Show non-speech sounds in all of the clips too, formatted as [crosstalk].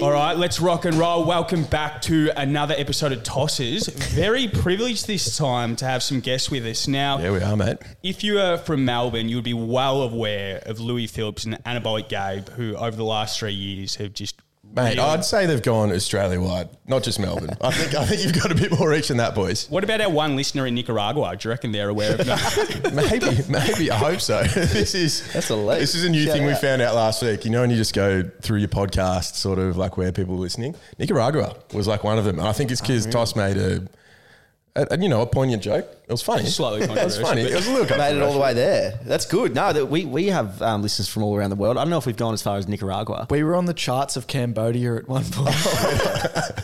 All right, let's rock and roll. Welcome back to another episode of Tosses. Very privileged this time to have some guests with us. Now, There we are, mate. If you are from Melbourne, you would be well aware of Louis Phillips and Anabolic Gabe, who over the last three years have just. Mate, really- I'd say they've gone Australia wide, not just Melbourne. I think I think you've got a bit more reach than that, boys. What about our one listener in Nicaragua? Do you reckon they're aware of that? [laughs] Maybe, maybe. I hope so. [laughs] this is That's a leap. This is a new Shout thing we out. found out last week. You know, and you just go through your podcast, sort of like where people are listening. Nicaragua was like one of them, and I think it's Oh, because Toss made a, a, a- you know, a poignant joke. It was funny. Slightly [laughs] it was controversial, funny. It was a little Made it controversial. all the way there. That's good. No, that we we have um, listeners from all around the world. I don't know if we've gone as far as [laughs] Nicaragua. We were on the charts of Cambodia at one [laughs] point.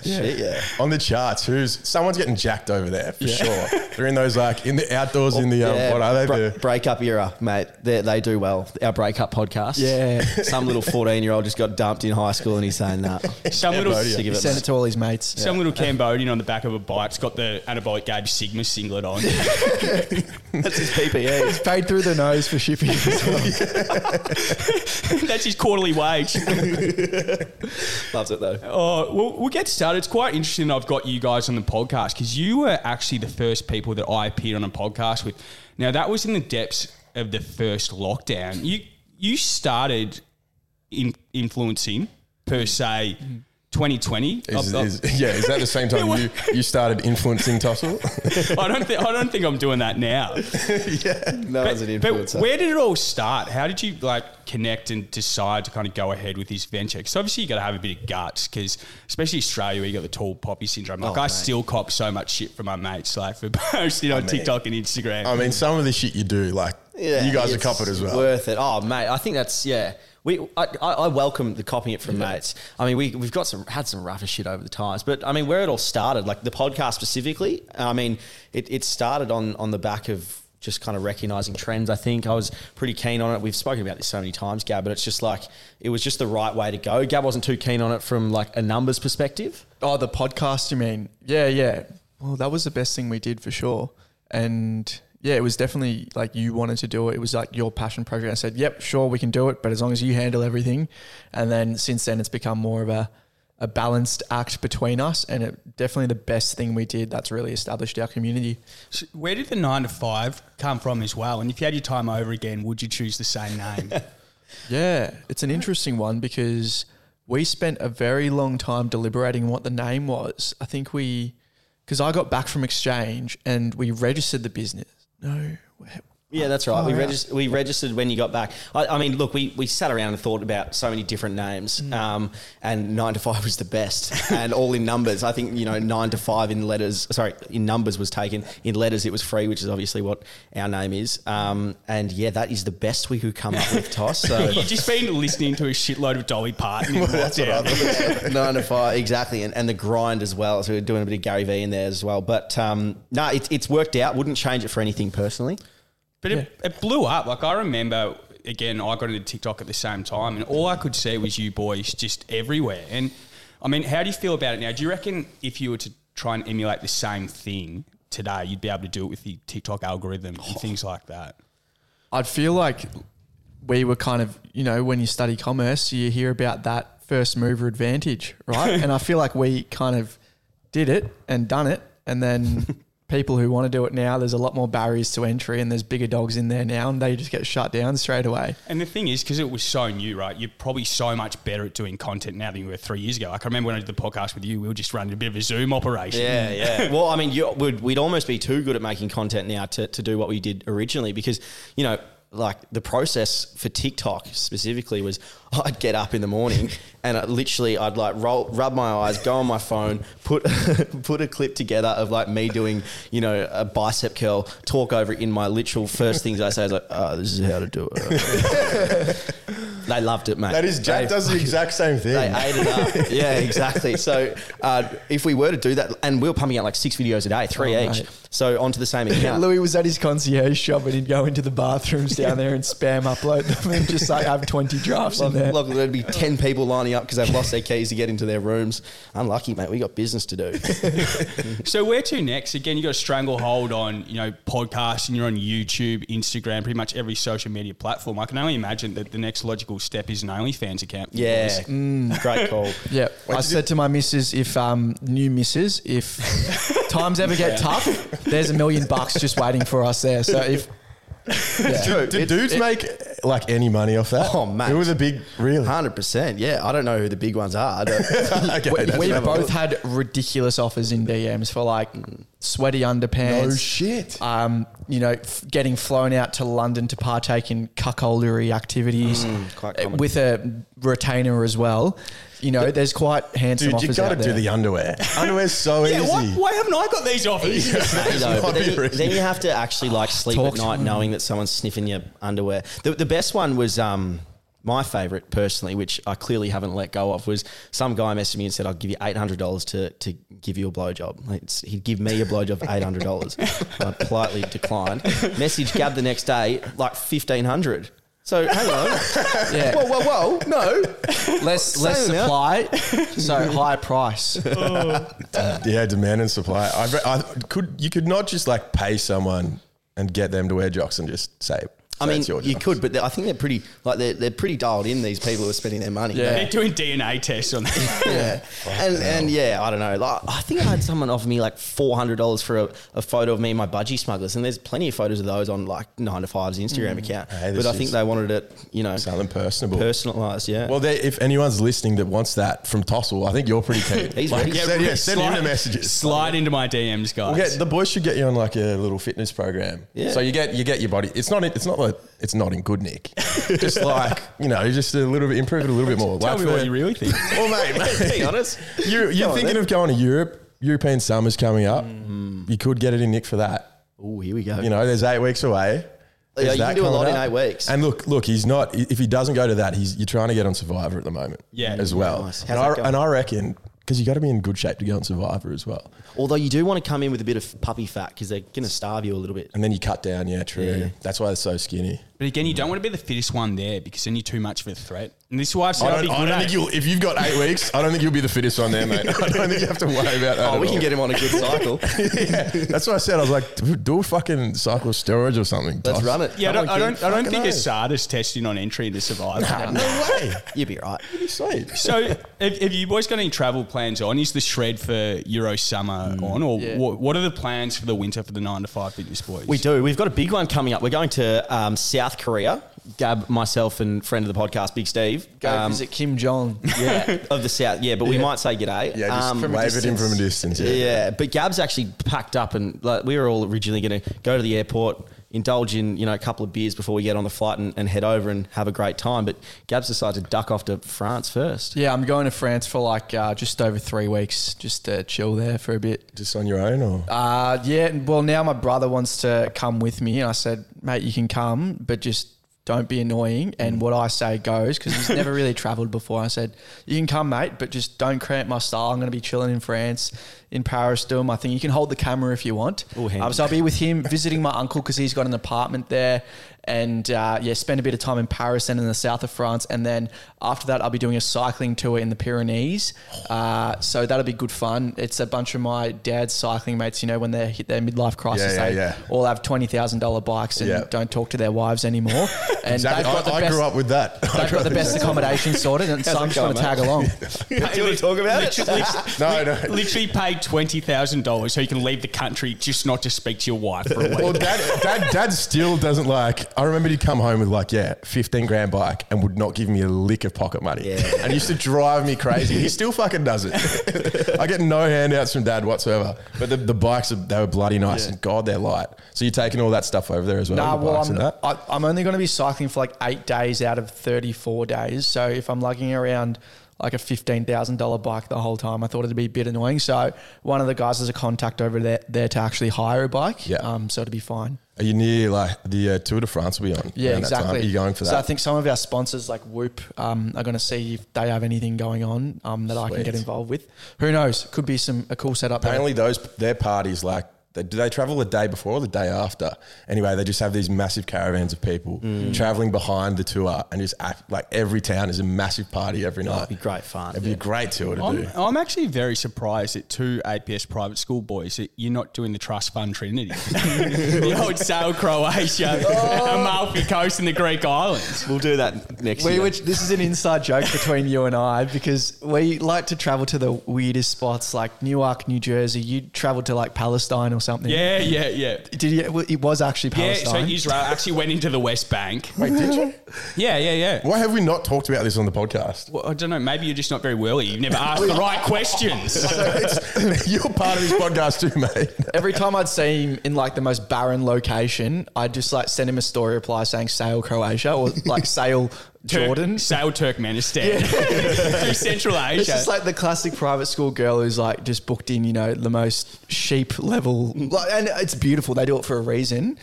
Shit, yeah. on the charts. Who's someone's getting jacked over there for sure? They're in those like in the outdoors in the um, Yeah, what are they? bre- The- breakup era, mate. They, they do well. Our breakup podcast. Yeah. Some little 14 year old just got dumped in high school and he's saying that. some little, Sick he of it, sent it mate. to all his mates. some little Cambodian on the back of a bike's got the Anabolic Gabe Sigma singlet on. [laughs] That's his E. PPE. Paid through the nose for shipping. That's his quarterly wage. [laughs] Loves it though. Oh, well, we'll get started. It's quite interesting. I've got you guys on the podcast because you were actually the first people that I appeared on a podcast with. Now that was in the depths of the first lockdown. You you started in, influencing per se 2020. Mm. Is, I've- is, [laughs] yeah, is that the same time you, you started influencing [laughs] Tossle? I don't think I don't think I'm doing that now. No one's an But influencer. where did it all start? How did you like connect and decide to kind of go ahead with this venture? Because obviously you got to have a bit of guts, because especially Australia, where you got the tall poppy syndrome. Like I still cop so much shit from my mates, like for [laughs] posting on TikTok and Instagram. I mean, some of the shit you do, like Yeah, you guys are it's coupled as well. Worth it. Oh, mate, I think that's yeah. We, I, I I welcome the copying it from mates. I mean, we, we've got some had some rougher shit over the times, but I mean, where it all started, like the podcast specifically. I mean, it, it started on on the back of just kind of recognizing trends. I think I was pretty keen on it. We've spoken about this so many times, Gab, but it's just like it was just the right way to go. Gab wasn't too keen on it from like a numbers perspective. [laughs] oh, the podcast, you mean? Yeah, yeah. Well, that was the best thing we did for sure. And yeah, it was definitely like you wanted to do it. It was like your passion project. I said, yep, sure, we can do it, but as long as you handle everything. And then since then, it's become more of a, a balanced act between us. And it definitely the best thing we did that's really established our community. So where did the nine to five come from as well? And if you had your time over again, would you choose the same name? Yeah, it's an interesting one because we spent a very long time deliberating what the name was. I think we, because I got back from exchange and we registered the business. No, Yeah, that's right. Far We, out. regis- we registered when you got back. I, I mean, look, we, we sat around and thought about so many different names, um, and nine to five was the best, [laughs] and all in numbers. I think you know nine to five in letters. Sorry, in numbers was taken. In letters, it was free, which is obviously what our name is. Um, and yeah, that is the best we could come up with, Toss. [laughs] So You've just been listening to a shitload of Dolly Parton. in That's what I lockdown. thought. [laughs] nine to five, exactly, and, and the grind as well. So we're doing a bit of Gary Vee in there as well. But um, no, it's it's worked out. Wouldn't change it for anything personally. But it, it blew up. Like I remember, again, I got into TikTok at the same time, and all I could see was you boys just everywhere. And I mean, how do you feel about it now? Do you reckon if you were to try and emulate the same thing today, you'd be able to do it with the TikTok algorithm and things like that? I'd feel like we were kind of, you know, when you study commerce, you hear about that first mover advantage, right? and I feel like we kind of did it and done it. And then people who want to do it now, there's a lot more barriers to entry and there's bigger dogs in there now and they just get shut down straight away. And the thing is, because it was so new, right? You're probably so much better at doing content now than you were three years ago. Like I remember when I did the podcast with you, we were just running a bit of a Zoom operation. Yeah, yeah. [laughs] well, I mean, you, we'd, we'd almost be too good at making content now to, to do what we did originally because, you know, like the process for TikTok specifically was [laughs] I'd get up in the morning and I, literally I'd like roll, rub my eyes, go on my phone, put [laughs] put a clip together of like me doing, you know, a bicep curl, talk over it in my literal first things I say is like, oh, this is how to do it. [laughs] they loved it, mate. that is Jack They does the exact same thing. they ate it [laughs] up. yeah, exactly. So uh, if we were to do that, and we were pumping out like six videos a day, three Oh, each. mate. So onto the [laughs] same account. [laughs] Louis was at his concierge shop and he'd go into the bathrooms down there and spam upload them and just like have 20 drafts in Look, there. look, there'd be 10 people lining up because they've lost their keys to get into their rooms. Unlucky, mate. We got business to [laughs] do. So where to next? Again, you got a stranglehold on you know podcasting. You're on YouTube, Instagram, pretty much every social media platform. I can only imagine that the next logical step is an OnlyFans account. for you yeah. guys. Mm, Great call. Yeah, I did said to my missus, if um, new missus, if times ever get tough, there's a million bucks just waiting for us there. So if Do, do dudes make like any money off that? Oh, mate. it was a big really. 100%. Yeah. I don't know who the big ones are. I [laughs] don't- [laughs] okay, we, that's we another both one. had ridiculous offers in DMs for like sweaty underpants. No shit. Um, you know, f- getting flown out to London to partake in cuckoldery activities Mm, quite uh, common. with a retainer as well. You know, there's quite handsome Dude, you offers got to out do there. [laughs] the underwear. Underwear's so Yeah, easy. why, why haven't I got these offers? say, though, It's but not then, [laughs] you, really- then you have to actually like sleep Talk at to night them. knowing that someone's sniffing your underwear. The, the best one was um, my favorite personally, which I clearly haven't let go of, was some guy messaged me and said, "I'll give you eight hundred dollars to to give you a blowjob." Like, it's- he'd give me a blowjob for eight hundred [laughs] dollars. I politely declined. Message Gab the next day, like fifteen hundred. So hang on, [laughs] Yeah. whoa, whoa, whoa, no, less less Same supply, [laughs] so higher price. Yeah, demand and supply. I, re- I could you could not just like pay someone and get them to wear jocks and just say. I say mean, it's your you jocks. could, but I think they're pretty like they're, they're pretty dialed in. These people who are spending their money. Yeah. [laughs] They're doing DNA tests [laughs] on that. yeah. And, and yeah, I don't know. Like, I think I had someone offer me like four hundred dollars for a, a photo of me and my budgie smugglers, and there's plenty of photos of those on like nine to five's Instagram account. Mm. Hey, but this I think is- they wanted it, you know, something personable. personalized. Yeah. well, they, if anyone's listening that wants that from Tossel, I think you're [laughs] pretty keen. He's like, [laughs] ready. send, yeah, send him Slide- the messages. Slide into my DMs, guys. We'll get, the boys should get you on like a little fitness program. Yeah. So you get you get your body. It's not it's not like it's not in good nick. [laughs] just like you know, just a little bit improve it a little bit more. Tell Like me what for- you really think. [laughs] Well, [laughs] mate, [laughs] mate, [laughs] Being honest. You, you're Go on, thinking then. of going to Europe. European summer's coming up. Mm-hmm. You could get it in Nick for that. Oh, here we go. You know, there's eight weeks away. There's Yeah, you can that do a coming lot in up. eight weeks. And look, look, he's not. If he doesn't go to that, he's you're trying to get on Survivor at the moment. Yeah. as well. Nice. How's And, that I, going? and I reckon because you got to be in good shape to go on Survivor as well. Although you do want to come in with a bit of puppy fat because they're gonna starve you a little bit. And then you cut down. Yeah, true. That's why they're so skinny. But again, you don't want to be the fittest one there because then you're too much of a threat. And this is why I've said I'll I don't, be I good don't at think it. you'll. If you've got eight weeks, I don't think you'll be the fittest one there, mate. [laughs] I don't think you have to worry about that. Oh, at we can all. get him on a good cycle. [laughs] yeah, that's what I said. I was like, "Dude, do a fucking cycle steroids or something. Let's Toss. run it. Yeah, I Come don't, on, I don't, I don't Fucking think hell. Asada's testing on entry into Survivor. [laughs] No [laughs] way. kid. You'd be right. Pretty sweet. So, have, have you boys got any travel plans on? Is the shred for Euro summer Mm. on, or Yeah. what, what are the plans for the winter for the nine to five fitness boys? We do. We've got a big one coming up. We're going to um, South Korea. Gab, myself, and friend of the podcast, Big Steve. Go Um, visit Kim Jong. [laughs] yeah, [laughs] of the south. Yeah, but we Yeah. might say g'day. Yeah, just Um, wave it in from a distance. yeah. but Gab's actually packed up, and like, we were all originally going to go to the airport, indulge in you know a couple of beers before we get on the flight and, and head over and have a great time. But Gab's decided to duck off to France first. Yeah, I'm going to France for like uh, just over three weeks, just to chill there for a bit. Just on your own, or Uh, yeah, and- well, now my brother wants to come with me, and I said, mate, you can come, but just don't be annoying. And what I say goes because he's never really traveled before. I said, you can come, mate, but just don't cramp my style. I'm going to be chilling in France, in Paris, doing my thing. You can hold the camera if you want. Ooh, handy. Um, so I'll be with him visiting my uncle because he's got an apartment there. And uh, yeah, spend a bit of time in Paris and in the south of France. And then after that, I'll be doing a cycling tour in the Pyrenees. Uh, so that'll be good fun. It's a bunch of my dad's cycling mates, you know, when they hit their midlife crisis, Yeah, yeah, they yeah. all have $20,000 bikes and Yeah. don't talk to their [laughs] wives anymore. And exactly. they've got the I, I best, grew up with that. [laughs] I they've grew got the up best with accommodation sorted. And so I'm it just going to going, tag [laughs] along. Do you want to talk about it? that. No, no. Literally paid twenty thousand dollars so you can leave the country, just not to speak to your wife for a [laughs] week. Well, dad, dad, dad still doesn't like. I remember he'd come home with like, yeah, fifteen grand bike, and would not give me a lick of pocket money, Yeah. and it used to drive me crazy. He still fucking does [laughs] it. I get no handouts from dad whatsoever. But the, the bikes, are, they were bloody nice, and God, they're light. So you're taking all that stuff over there as well. Nah, the well, bikes I'm, and that? I, I'm only going to be cycling for like eight days out of 34 days. So if I'm lugging around like a $15,000 bike the whole time, I thought it'd be a bit annoying. So one of the guys has a contact over there, there to actually hire a bike. Yeah. Um, so it'll be fine. Are you near like the uh, Tour de France will be on? Yeah, around that time? exactly. Are you going for that? So I think some of our sponsors like Whoop um, are going to see if they have anything going on um, that I can Sweet. get involved with. Who knows? Could be some a cool setup. there. Apparently, those their parties like They, do they travel the day before or the day after? Anyway, they just have these massive caravans of people Mm. traveling behind the tour and just act like every town is a massive party every night. Oh, be great fun, It'd be a great tour to do. I'm, I'm actually very surprised that two APS private school boys that you're not doing the trust fund [laughs] Trinity, the old Sail Croatia, Oh. Amalfi Coast, and the Greek Islands. We'll do that next We year. which this is an inside joke between you and I because we like to travel to the weirdest spots like Newark, New Jersey. You traveled to like Palestine or something. Yeah, yeah, yeah. Did you, well, it was actually Yeah, so Palestine. Israel actually went into the West Bank. Wait, did you? Yeah, yeah, yeah. Why have we not talked about this on the [laughs] podcast? [laughs] Well, I don't know. Maybe you're just not very worthy. You've never asked the right questions. So it's, you're part of this podcast too, [laughs] mate. [laughs] Every time I'd see him in like the most barren location, I'd just like send him a story reply saying "Sail Croatia" or [laughs] like "Sail [laughs] Jordan." Sail Turkmenistan, [laughs] through Central Asia. It's just like the classic private school girl who's like just booked in, you know, the most sheep level. Like, and it's beautiful. They do it for a reason.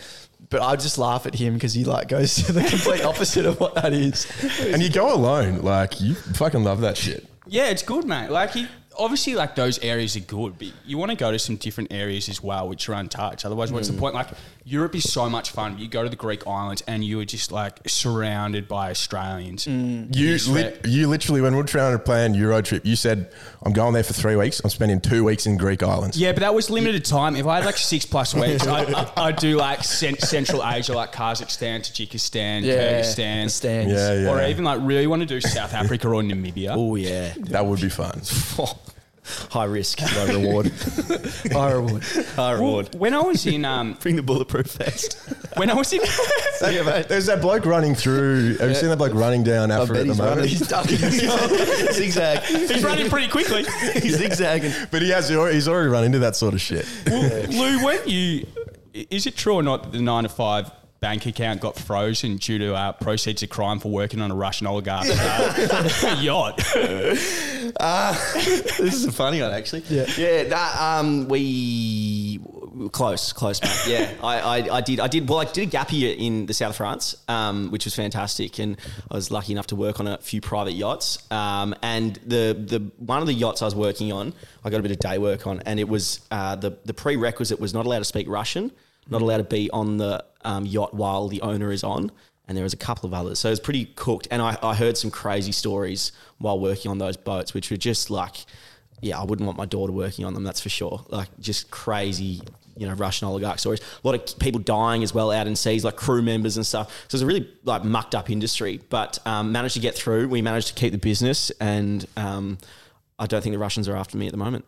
But I just laugh at him because he like goes to the [laughs] complete opposite of what that is. And you go alone. Like, you fucking love that shit. Yeah, it's good, mate. Like, he, obviously, like those areas are good, but you want to go to some different areas as well, which are untouched. Otherwise, what's Mm. the point? Like, Europe is so much fun. You go to the Greek islands, and you are just like surrounded by Australians. Mm. You, li- sweat. you literally, when we were trying to plan Euro trip, you said, I'm going there for three weeks. I'm spending two weeks in Greek islands. Yeah, but that was limited time. If I had like six plus weeks, I, I, I'd do like cent- Central Asia, like Kazakhstan, Tajikistan, the Kyrgyzstan, stands. [laughs] Yeah, yeah. or even like really want to do South Africa or Namibia. [laughs] oh yeah, That would be fun. high risk, low reward. [laughs] Firewood. high reward. When I was in, um, Bring the bulletproof vest. when I was in, [laughs] There's that bloke running through. Have you seen that bloke running down Afra at the moment? He's ducking himself. Zigzag. he's running [laughs] pretty quickly. He's zigzagging. [laughs] But he has. He's already run into that sort of shit. Well, Lou, weren't you? Is it true or not that the nine to five bank account got frozen due to uh, proceeds of crime for working on a Russian oligarch uh, [laughs] yacht? [laughs] this is a funny one actually. Yeah, yeah. That um, we close, close, mate. Yeah, I, I, I did, I did. Well, I did a gap year in the south of France, um, which was fantastic, and I was lucky enough to work on a few private yachts. Um, and the the one of the yachts I was working on, I got a bit of day work on, and it was uh, the the prerequisite was not allowed to speak Russian, not allowed to be on the um, yacht while the owner is on. And there was a couple of others. So it was pretty cooked. And I, I heard some crazy stories while working on those boats, which were just like yeah, I wouldn't want my daughter working on them. That's for sure. Like just crazy, you know, Russian oligarch stories. A lot of people dying as well out in seas, like crew members and stuff. So it's a really like mucked up industry, but um, managed to get through. We managed to keep the business, and um, I don't think the Russians are after me at the moment.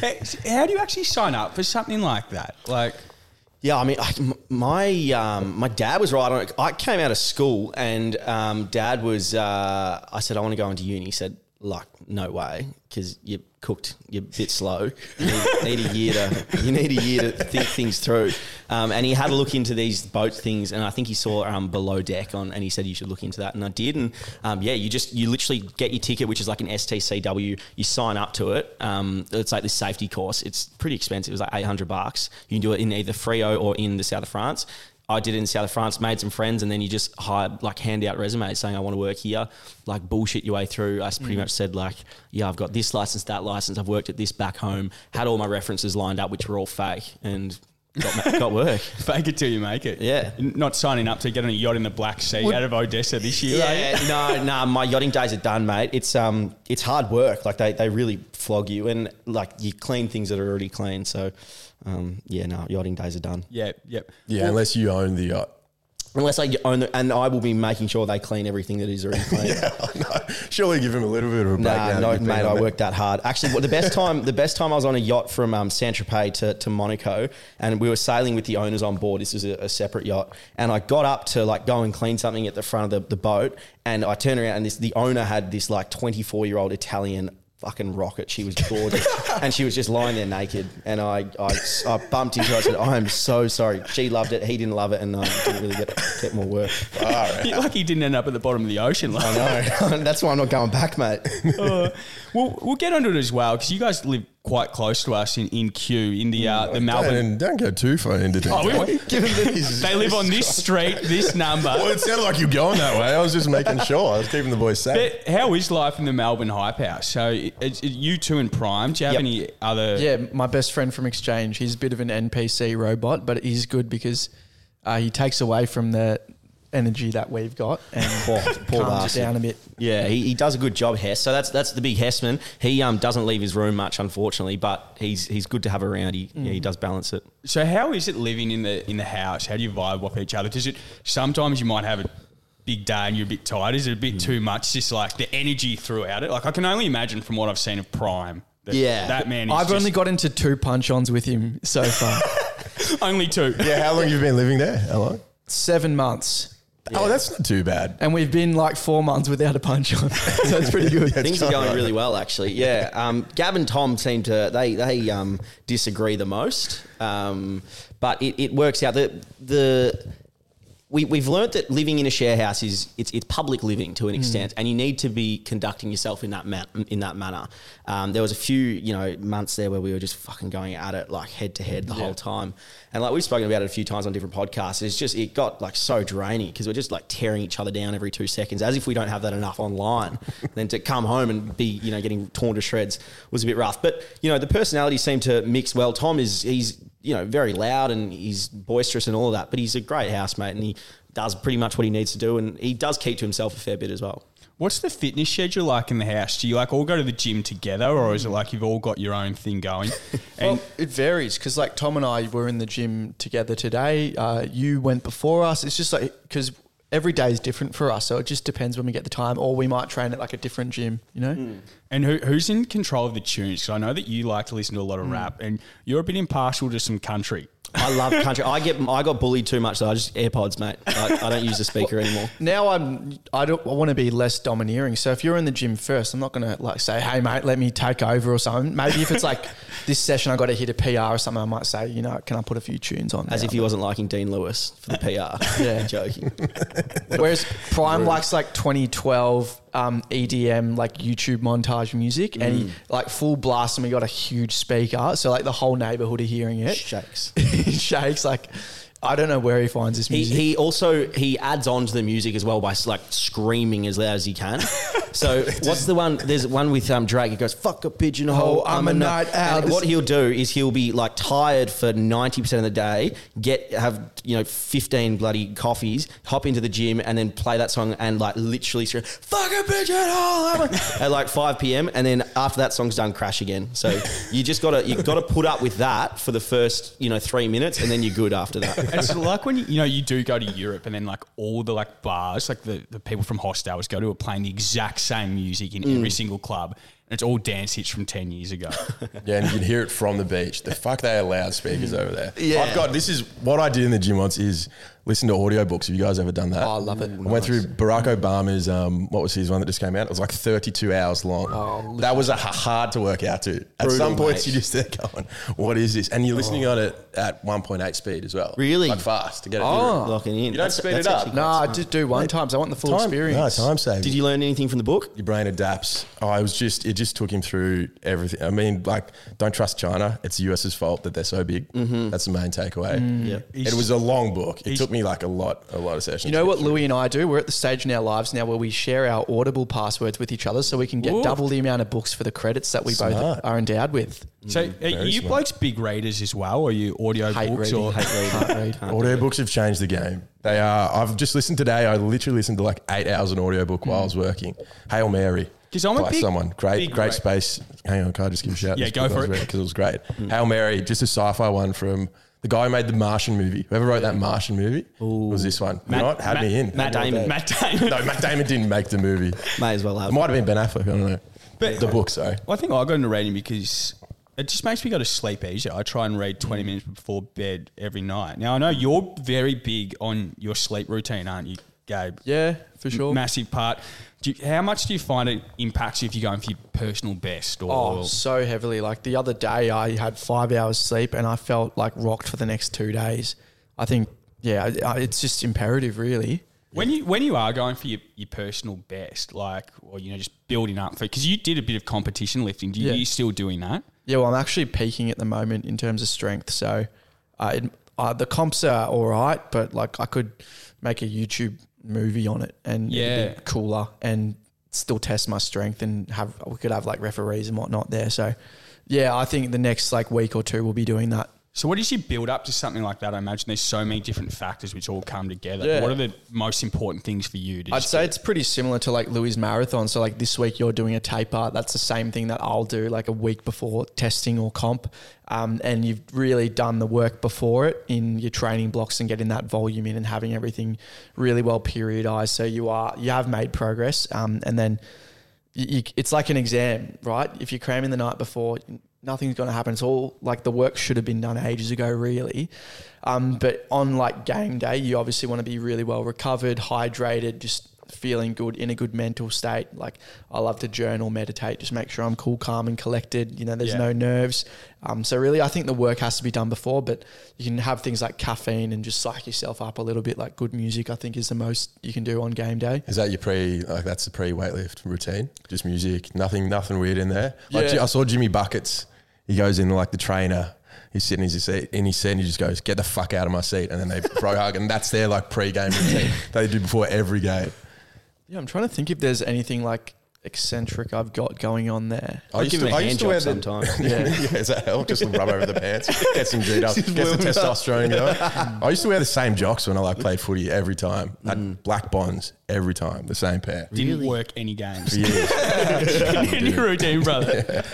Hey, How do you actually sign up for something like that? Like, Yeah, I mean, I, m- my um, my dad was right on it. I came out of school, and um, dad was. Uh, I said, I want to go into uni. He said, like, no way, because you're cooked. You're a bit slow. You need, need a year to. You need a year to think things through. Um, and he had a look into these boat things, and I think he saw um, below deck on, and he said you should look into that, and I did. And um, yeah, you just you literally get your ticket, which is like an STCW. You sign up to it. Um, it's like this safety course. It's pretty expensive. It was like eight hundred bucks. You can do it in either Frio or in the south of France. I did it in south of France, made some friends, and then you just hire like hand out resumes saying I want to work here. Like bullshit your way through. I s- pretty much said like, yeah, I've got this license, that license. I've worked at this back home. Had all my references lined up, which were all fake, and got, ma- got work. fake it till you make it. Yeah. N- Not signing up to get on a yacht in the Black Sea out of Odessa this year. are you? Yeah, no, no, my yachting days are done, mate. It's um, it's hard work. Like they, they really flog you, and like you clean things that are already clean. So, um, yeah, no, yachting days are done. Yeah, yeah. Yeah, unless you own the [laughs] yacht. Unless I own the, and I will be making sure they clean everything that is already clean. [laughs] Surely give him a little bit of a Nah, breakdown. no, if you've been mate, I on it. worked that hard. Actually, what- [laughs] the best time, the best time I was on a yacht from um, Saint Tropez to, to Monaco, and we were sailing with the owners on board. This was a, a separate yacht, and I got up to like go and clean something at the front of the, the boat, and I turned around and this the owner had this like twenty four year old Italian. Fucking rocket! She was [laughs] gorgeous, and she was just lying there naked. And I, I, I bumped into her. I said, "I am so sorry." She loved it. He didn't love it, and I didn't really get, get [laughs] more work. [laughs] You're Lucky you didn't end up at the bottom of the ocean. Like. [laughs] [laughs] No, that's why I'm not going back, mate. Uh, we'll, we'll get onto it as well because you guys live quite close to us in, in Kew, in the uh, the Melbourne. Don't, don't go too far into detail. Oh, we won't. [laughs] Jesus They live on this street, this Well, number. it sounded like you were going that way. I was just making sure. I was keeping the boys safe. But how is life in the Melbourne Hype House? So it, it's it, you two and Prime. Do you have Yep. any other? Yeah, my best friend from exchange. He's a bit of an NPC robot, but he's good because uh, he takes away from the energy that we've got and [laughs] Poor- poor calms it bastard. down a bit. Yeah, he, he does a good job, Hess. So that's that's the big Hessman. He um doesn't leave his room much, unfortunately, but he's he's good to have around. He yeah, he does balance it. So how is it living in the in the house? How do you vibe off each other? Does it sometimes you might have a big day and you're a bit tired? Is it a bit too much? Just like the energy throughout it. Like I can only imagine from what I've seen of Prime. That, Yeah. that man. Is I've only got got into two punch-ons with him so [laughs] far. [laughs] only two. Yeah, how long have you been living there? How long? Seven months. Oh, that's not too bad. And we've been like four months without a punch on. [laughs] So it's pretty good. Things are going really well, actually. Yeah, um, Gab and Tom seem to they they um, disagree the most, um, but it, it works out. The the we, we've learnt that living in a share house is it's, it's public living to an extent, and you need to be conducting yourself in that man, in that manner. Um, there was a few you know months there where we were just fucking going at it like head to head the whole time, and like we've spoken about it a few times on different podcasts. It's just it got like so draining because we're just like tearing each other down every two seconds, as if we don't have that enough online. then to come home and be you know getting torn to shreds was a bit rough, but you know the personalities seem to mix well. Tom is he's you know, very loud and he's boisterous and all of that, but he's a great housemate and he does pretty much what he needs to do and he does keep to himself a fair bit as well. What's the fitness schedule like in the house? Do you like all go to the gym together, or is it like you've all got your own thing [laughs] going? And Well, it varies because like Tom and I were in the gym together today. Uh, you went before us. It's just like because every day is different for us, so it just depends when we get the time, or we might train at like a different gym. You know, and who, who's in control of the tunes? Because I know that you like to listen to a Hmm. lot of rap, and you're a bit impartial to some country. I love country. I get I got bullied too much though. I just AirPods, mate. I, I don't use the speaker anymore. now I'm I don't I want to be less domineering. So if you're in the gym first, I'm not gonna like say, hey mate, let me take over or something. Maybe if it's like this session, I got to hit a PR or something, I might say, you know, can I put a few tunes on? As now?" if he wasn't liking Dean Lewis for the PR. [laughs] Yeah. joking. Whereas Prime likes like 2012 um, EDM like YouTube montage music, and Mm. he like full blast, and we got a huge speaker, so like the whole neighborhood are hearing it. Shakes. It [laughs] shakes like I don't know where he finds this He, music. he also he adds on to the music as well by like screaming as loud as he [laughs] can. So what's the one? There's one with um, Drake. He goes fuck a pigeonhole. Oh, I'm a nu-" night owl. And what he'll do is he'll be like tired for ninety percent of the day. Get have you know fifteen bloody coffees. Hop into the gym and then play that song and like literally scream fuck a pigeonhole I'm [laughs] a-" at like five p.m. And then after that song's done, crash again. So you just gotta you gotta put up with that for the first you know three minutes and then you're good after that. It's [laughs] like when you, you know you do go to Europe and then like all the like bars, like the, the people from hostels go to are playing the exact same music in every Hmm. single club. And it's all dance hits from ten years [laughs] ago. Yeah, and you can hear it from the beach. The fuck they are loudspeakers over there. Yeah. I've got this is what I did in the gym once is listen to audiobooks. Have you guys ever done that? Oh, I love it. I went through Barack Obama's um, what was his one that just came out? It was like thirty two hours long. Oh, that was a h- hard to work out to. At Brutal, some points mate. you just there going, What is this? And you're listening on it at one point eight speed as well. Really? Like fast to get it Oh. through. Locking in. You don't speed it up. no, I just do one times. I want the full Time, experience. No, time saving. Did you learn anything from the book? your brain adapts. Oh, I was just, it just took him through everything. I mean, like, don't trust China. It's the US's fault that they're so big. Mm-hmm. That's the main takeaway. Mm. He's- It was a long book. It took me like a lot, a lot of sessions. You know what Louis and I do? We're at the stage in our lives now where we share our Audible passwords with each other, so we can get Ooh. double the amount of books for the credits that we both Smart. are endowed with. so are you smart. blokes big readers as well, or you audio Hate books reading, or hate reading, can't read. [laughs] Audiobooks have changed the game. They are. I've just listened today. I literally listened to like eight hours an audiobook while I was working. Hail Mary. 'Cause I'm a by big- someone. Great, big great ra- space. Hang on, can I just give a shout? Yeah, go for it. Mm. Because it was [laughs] great. Hail Mary, just a sci-fi one from the guy who made the Martian movie. Whoever wrote that Martian movie was this one. You know what? Had Matt- me in. Had Matt me all Damon. day. Matt Damon? No, Matt Damon didn't make the movie. It [laughs] May as well have. might have been Ben Affleck. I don't know. But- the book, sorry. Well, I think I got into reading because it just makes me go to sleep easier. I try and read 20 minutes before bed every night. Now, I know you're very big on your sleep routine, aren't you, Gabe? Yeah, for sure. Massive part. Do you, how much do you find it impacts you if you're going for your personal best? Or Oh, so heavily. Like the other day, I had five hours sleep and I felt like rocked for the next two days. I think, yeah, I- I- it's just imperative, really. when you when you are going for your, your personal best, like or you know just building up for because you did a bit of competition lifting. Do you, Yeah. you still doing that? Yeah, well, I'm actually peaking at the moment in terms of strength. So, uh, it, uh, the comps are all right, but like I could make a YouTube movie on it, and Yeah. it'd be cooler, and still test my strength, and have we could have like referees and whatnot there. So, yeah, I think the next like week or two we'll be doing that. So, what does you build up to something like that? I imagine there's so many different factors which all come together. Yeah. What are the most important things for you? To I'd just- say it's pretty similar to like Louis Marathon. So like this week you're doing a tape art. That's the same thing that I'll do like a week before testing or comp. Um, and you've really done the work before it in your training blocks and getting that volume in and having everything really well periodized. So you are you have made progress. Um, and then you, you, it's like an exam, right? If you're cramming the night before, nothing's going to happen. It's all like the work should have been done ages ago, really. Um, but on like game day, you obviously want to be really well recovered, hydrated, just feeling good in a good mental state. Like I love to journal, meditate, just make sure I'm cool, calm, and collected. You know, there's Yeah. no nerves. Um, so really, I think the work has to be done before, but you can have things like caffeine and just psych yourself up a little bit. Like good music, I think, is the most you can do on game day. Is that your pre? Like that's the pre weightlift routine. Just music, nothing, nothing weird in there. Like Yeah. I saw Jimmy buckets. He goes in like the trainer. He's sitting in his seat, in his seat, and he just goes, "Get the fuck out of my seat!" And then they bro hug, and that's their like pre-game routine they do before every game. Yeah, I'm trying to think if there's anything like eccentric I've got going on there. I used give to, him a I used to hand job wear the, sometime. [laughs] Yeah. is that help? Just rub over the [laughs] pants, get some G up, get some testosterone going. I used to wear the same jocks when I like played footy every time. I Mm. had black bonds every time, the same pair. didn't work any [laughs] games. Yeah. in your routine, brother.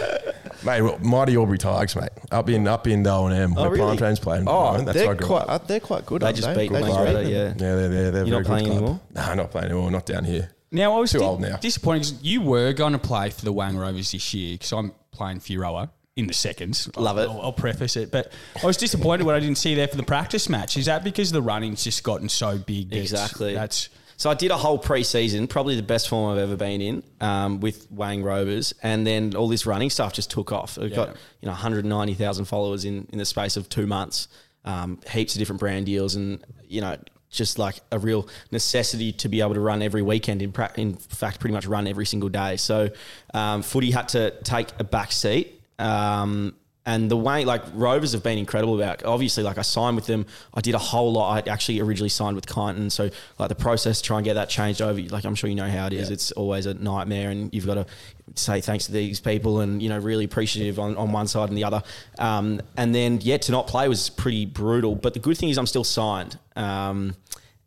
Mate, well, mighty Aubrey Tigers, mate. Up in up in O and M, where really? prime time's playing. Oh, that's how I they're grew quite up. uh, they're quite good. They aren't just beat They Wayne Rudder, them. yeah. Yeah, they're they're, they're You're very not good playing club. anymore? Nah, not playing anymore. Not down here. [laughs] Now I was Too di- old now. disappointed 'cause you were going to play for the Wang Rovers this year because I'm playing Furoa in the seconds. Love it. I'll, I'll preface it, but I was disappointed when I didn't see you there for the practice match. Is that because the running's just gotten so big? that it's- Exactly. That's so I did a whole preseason, probably the best form I've ever been in, um, with Wang Rovers, and then all this running stuff just took off. It got you know 190,000 followers in in the space of two months, um, heaps of different brand deals, and you know just like a real necessity to be able to run every weekend. In, pra- in fact, pretty much run every single day. So um, footy had to take a back seat. Um, and the way like Rovers have been incredible about obviously like I signed with them I did a whole lot I actually originally signed with Kyneton so like the process to try and get that changed over like I'm sure you know how it is it's always a nightmare and you've got to say thanks to these people and you know really appreciative on, on one side and the other um, and then yeah to not play was pretty brutal but the good thing is I'm still signed um,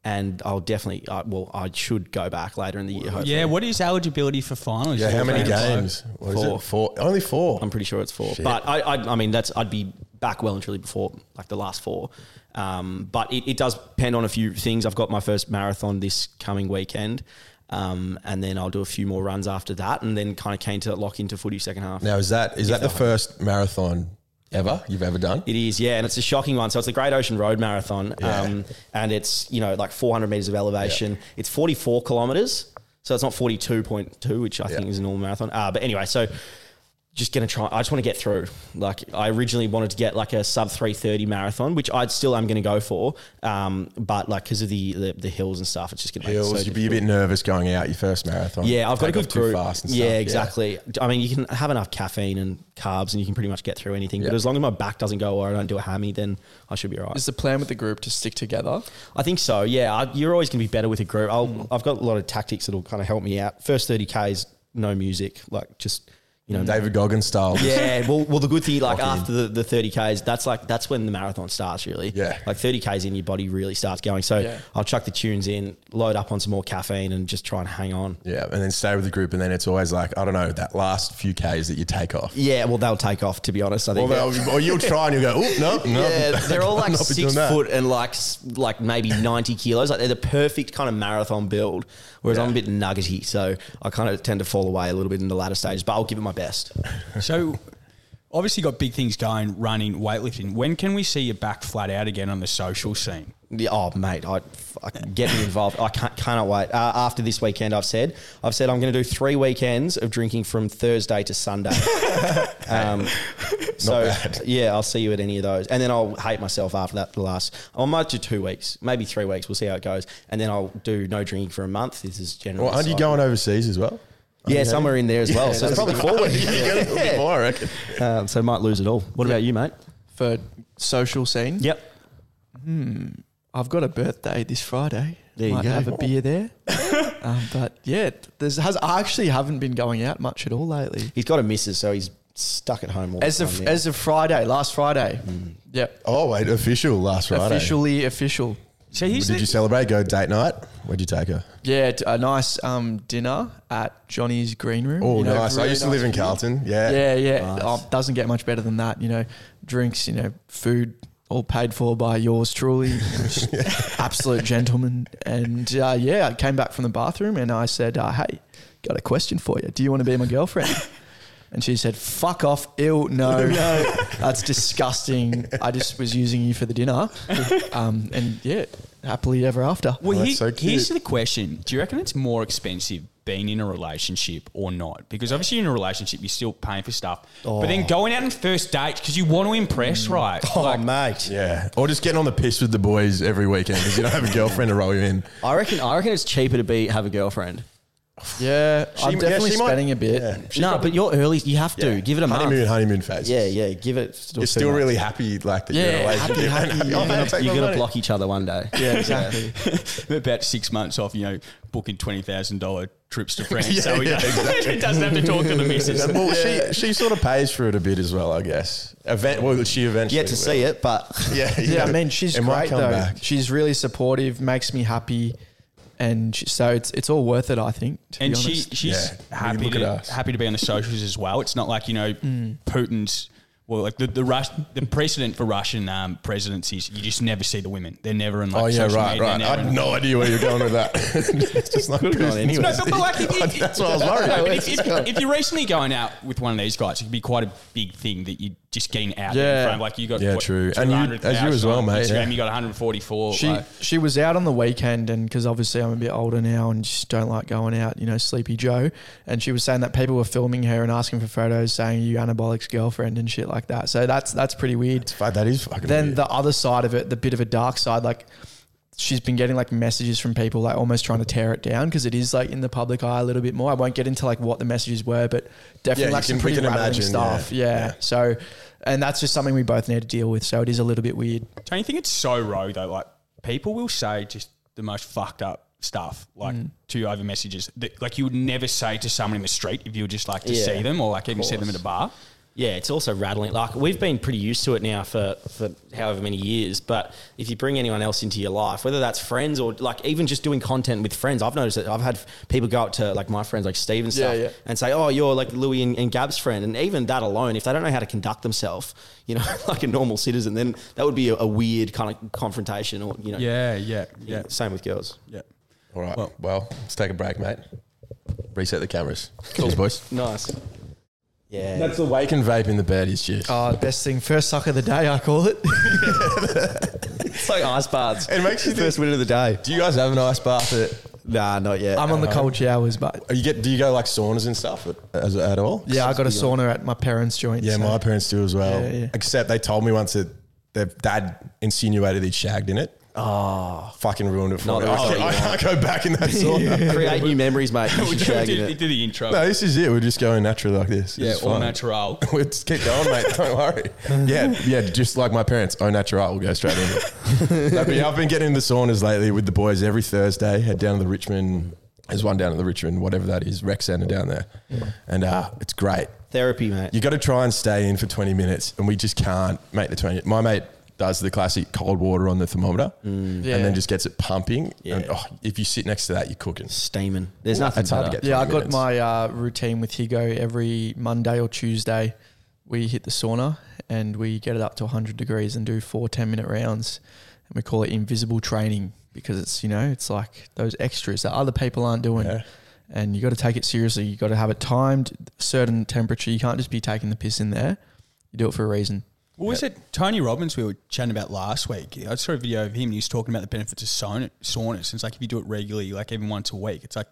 and I'll definitely I well I should go back later in the year hopefully. yeah. What is eligibility for finals? Yeah, how many Grand games? What is Four. it? Four. Only four. I'm pretty sure it's four. But I, I, I mean, that's I'd be back well and truly before like the last four. Um, but it, it does depend on a few things. I've got my first marathon this coming weekend, um, and then I'll do a few more runs after that, and then kind of keen to lock into footy second half. now is that is that the first marathon ever you've ever done? It is, yeah, and it's a shocking one. So it's the Great Ocean Road Marathon, um, and it's you know like 400 meters of elevation. It's 44 kilometers, so it's not 42.2, which I think is a normal marathon. Uh, but anyway, so just gonna try. I just want to get through. Like I originally wanted to get like a sub 3:30 marathon, which I still am gonna go for. Um, but like because of the, the the hills and stuff, it's just gonna make it so Hills, you'd be a difficult. bit nervous going out your first marathon. Yeah, I've got a Take off good group. Too fast and yeah, stuff. exactly. I mean, you can have enough caffeine and carbs, and you can pretty much get through anything. But Yeah. as long as my back doesn't go or I don't do a hammy, then I should be alright. Is the plan with the group to stick together? I think so. Yeah, I, you're always going to be better with a group. I'll, Mm. I've got a lot of tactics that'll kind of help me out. First 30 k's, no music, like just you [laughs] know. David Goggins style. yeah, well, well, the good thing, like after the, the 30 k's, that's like that's when the marathon starts, really. Yeah. like 30 k's in, your body really starts going. So Yeah. I'll chuck the tunes in, load up on some more caffeine, and just try and hang on. Yeah, and then stay with the group, and then it's always like I don't know that last few k's that you take off. Yeah, well, they'll take off. To be honest, I think. Or, they'll- or you'll try and you'll go, oh no, no. Yeah, [laughs] they're all I'll like not be doing six that." foot and like s- like maybe ninety kilos. Like they're the perfect kind of marathon build. Whereas I'm a bit nuggety, so I kind of tend to fall away a little bit in the latter stages. But I'll give it my best. So, obviously, got big things going, running, weightlifting. When can we see you back flat out again on the social scene? Yeah, oh mate, I, I get me involved. I can't cannot wait. Uh, after this weekend, I've said I've said I'm going to do three weekends of drinking from Thursday to Sunday. um, so yeah, I'll see you at any of those, and then I'll hate myself after that. The last I might do two weeks, maybe three weeks. We'll see how it goes, and then I'll do no drinking for a month. This is generally. Well, aren't you cycle. going overseas as well? Yeah, somewhere in there as well. Oh, so it's probably four weeks. [laughs] Yeah. More, I reckon. Um, so might lose it all. What about you, mate? for social scene. Yep. I've got a birthday this Friday. There you Might go. have a [laughs] beer there. um, but yeah, there's has I actually haven't been going out much at all lately. He's got a missus, so he's stuck at home all As the of time. now. as of Friday, last Friday. Yep. Oh, wait, official last Friday. Officially official. So he's Did you celebrate? Go date night? Where'd you take her? Yeah, t- a nice um, dinner at Johnny's Green Room. Oh, you know, nice. I really used to nice live in view. Carlton. Yeah. Yeah, yeah. Oh, doesn't get much better than that. You know, drinks, you know, food, all paid for by yours truly. [laughs] Absolute gentleman. And uh, yeah, I came back from the bathroom and I said, uh, Hey, got a question for you. Do you want to be my girlfriend? [laughs] And she said, "Fuck off, ill, no, no, that's disgusting. I just was using you for [laughs] the dinner, um, and yeah, happily ever after." Well, Oh, he, that's so cute. here's the question: Do you reckon it's more expensive being in a relationship or not? Because obviously, in a relationship, you're still paying for stuff. But Oh. then going out on first date because you want to Mm. impress, right? oh, Like, mate. Yeah. Or just getting on the piss with the boys every weekend because you don't have a girlfriend to roll you in. I reckon. I reckon it's cheaper to be have a girlfriend. Yeah, I'm yeah, definitely she might- spending a bit. yeah. no, but you're early. You have to Yeah. give it a honeymoon, month. honeymoon phase. Yeah, yeah. Give it. You're still really happy, like that. [laughs] you're in a Yeah, relationship. happy, happy, And yeah. oh, man, You're take my gonna money. block each other one day. Yeah, exactly. about six months off, you know, booking twenty thousand dollar trips to [laughs] France, Yeah, so he [laughs] yeah, he doesn't have to talk to the missus. Well, she she sort of pays for it a bit as well, I guess. Event. Well, she eventually. Yet to will. see it, but [laughs] Yeah, yeah, I mean, she's It might great come though. back. She's really supportive, makes me happy, and she, so it's it's all worth it. I think. To and be she honest. she's Yeah. I mean, happy look at to, us. Mm. happy to be on the socials as well. It's not like you know Putin's. Well, like the the, Rus- the precedent for Russian um, presidents is you just never see the women. They're never in like Oh yeah, social right, media. right. They're I never in- had no idea where you're going with that. [laughs] it's just not good. anyway. No, but, but like, if, if, [laughs] That's what I was worried. No, but if, if, if you're recently going out with one of these guys, it could be quite a big thing that you're just getting out there in Yeah. front. Like you got Yeah, what, true. And you- as you as 200,000 well, on mate, Instagram, yeah. you got 144. she like- she was out on the weekend, and because obviously I'm a bit older now and just don't like going out, you know, sleepy Joe. And she was saying that people were filming her and asking for photos, saying you anabolic's girlfriend and shit like that. So that's that's pretty weird. Fuck, that is fucking. then weird. the other side of it, the bit of a dark side, like she's been getting like messages from people like almost trying to tear it down because it is like in the public eye a little bit more. I won't get into like what the messages were, but Yeah, definitely you like some can- we pretty can rattling imagine, stuff. yeah, Yeah. yeah. So, and that's just something we both need to deal with. So it is a little bit weird. Don't you think it's so rogue though? Like people will say just the most fucked up stuff, like Mm. to you over messages that like you would never say to someone in the street if you were just like to Yeah, see them or like even see them course. at a bar. Yeah, it's also rattling. Like we've been pretty used to it now for, for however many years. But if you bring anyone else into your life, whether that's friends or like even just doing content with friends, I've noticed that I've had people go up to like my friends, like Steve and stuff, Yeah, yeah. and say, "Oh, you're like Louis and, and Gab's friend." And even that alone, if they don't know how to conduct themselves, you know, [laughs] like a normal citizen, then that would be a, a weird kind of confrontation. Or you know, Yeah, yeah, yeah, Same with girls. [laughs] yeah. All right. Well, let's take a break, mate. Reset the cameras. Cheers, boys. Nice. Yeah. That's the wake and vape in the bed is cheers. Uh, best thing, first suck of the day, I call it. it's like ice baths. It makes you think- first win of the day. Do you guys have an ice bath? At, Nah, not yet. I'm on the cold showers, but you get? Do you go like saunas and stuff at, as, at all? yeah, I got a sauna at my parents' joint. Yeah, so- my parents do as well. Yeah, yeah. Except they told me once that their dad insinuated he'd shagged in it. Oh, fucking ruined it for Not me. that I can't, I I can't go back in that sauna. [laughs] create new memories, mate. You We should did, shag in we it. did the intro. No, this is it. We're just going naturally like this. yeah, It's all fine. natural. We'll just keep going, mate. Don't worry. Yeah, yeah. Just like my parents, au natural. We'll go straight into it. [laughs] No, but yeah, I've been getting into saunas lately with the boys every Thursday. Head down to the Richmond. There's one down at the Richmond, whatever that is, rec centre down there, and uh, it's great. Therapy, mate. You got to try and stay in for 20 minutes, and we just can't make the 20. My mate does the classic cold water on the thermometer, Mm. Yeah. and then just gets it pumping. And Yeah. oh, if you sit next to that, you're cooking. Steaming. There's nothing It's hard to better. get. Yeah, I 20 got minutes. my uh, routine with Higo every Monday or Tuesday. We hit the sauna and we get it up to 100 degrees and do four 10 minute rounds. And we call it invisible training because it's, you know, it's like those extras that other people aren't doing. Yeah. And you got to take it seriously. You got to have it timed, certain temperature. You can't just be taking the piss in there. You do it for a reason. What was it Tony Robbins we were chatting about last week? I saw a video of him. and He was talking about the benefits of sauna, saunas. It's like if you do it regularly, like even once a week, it's like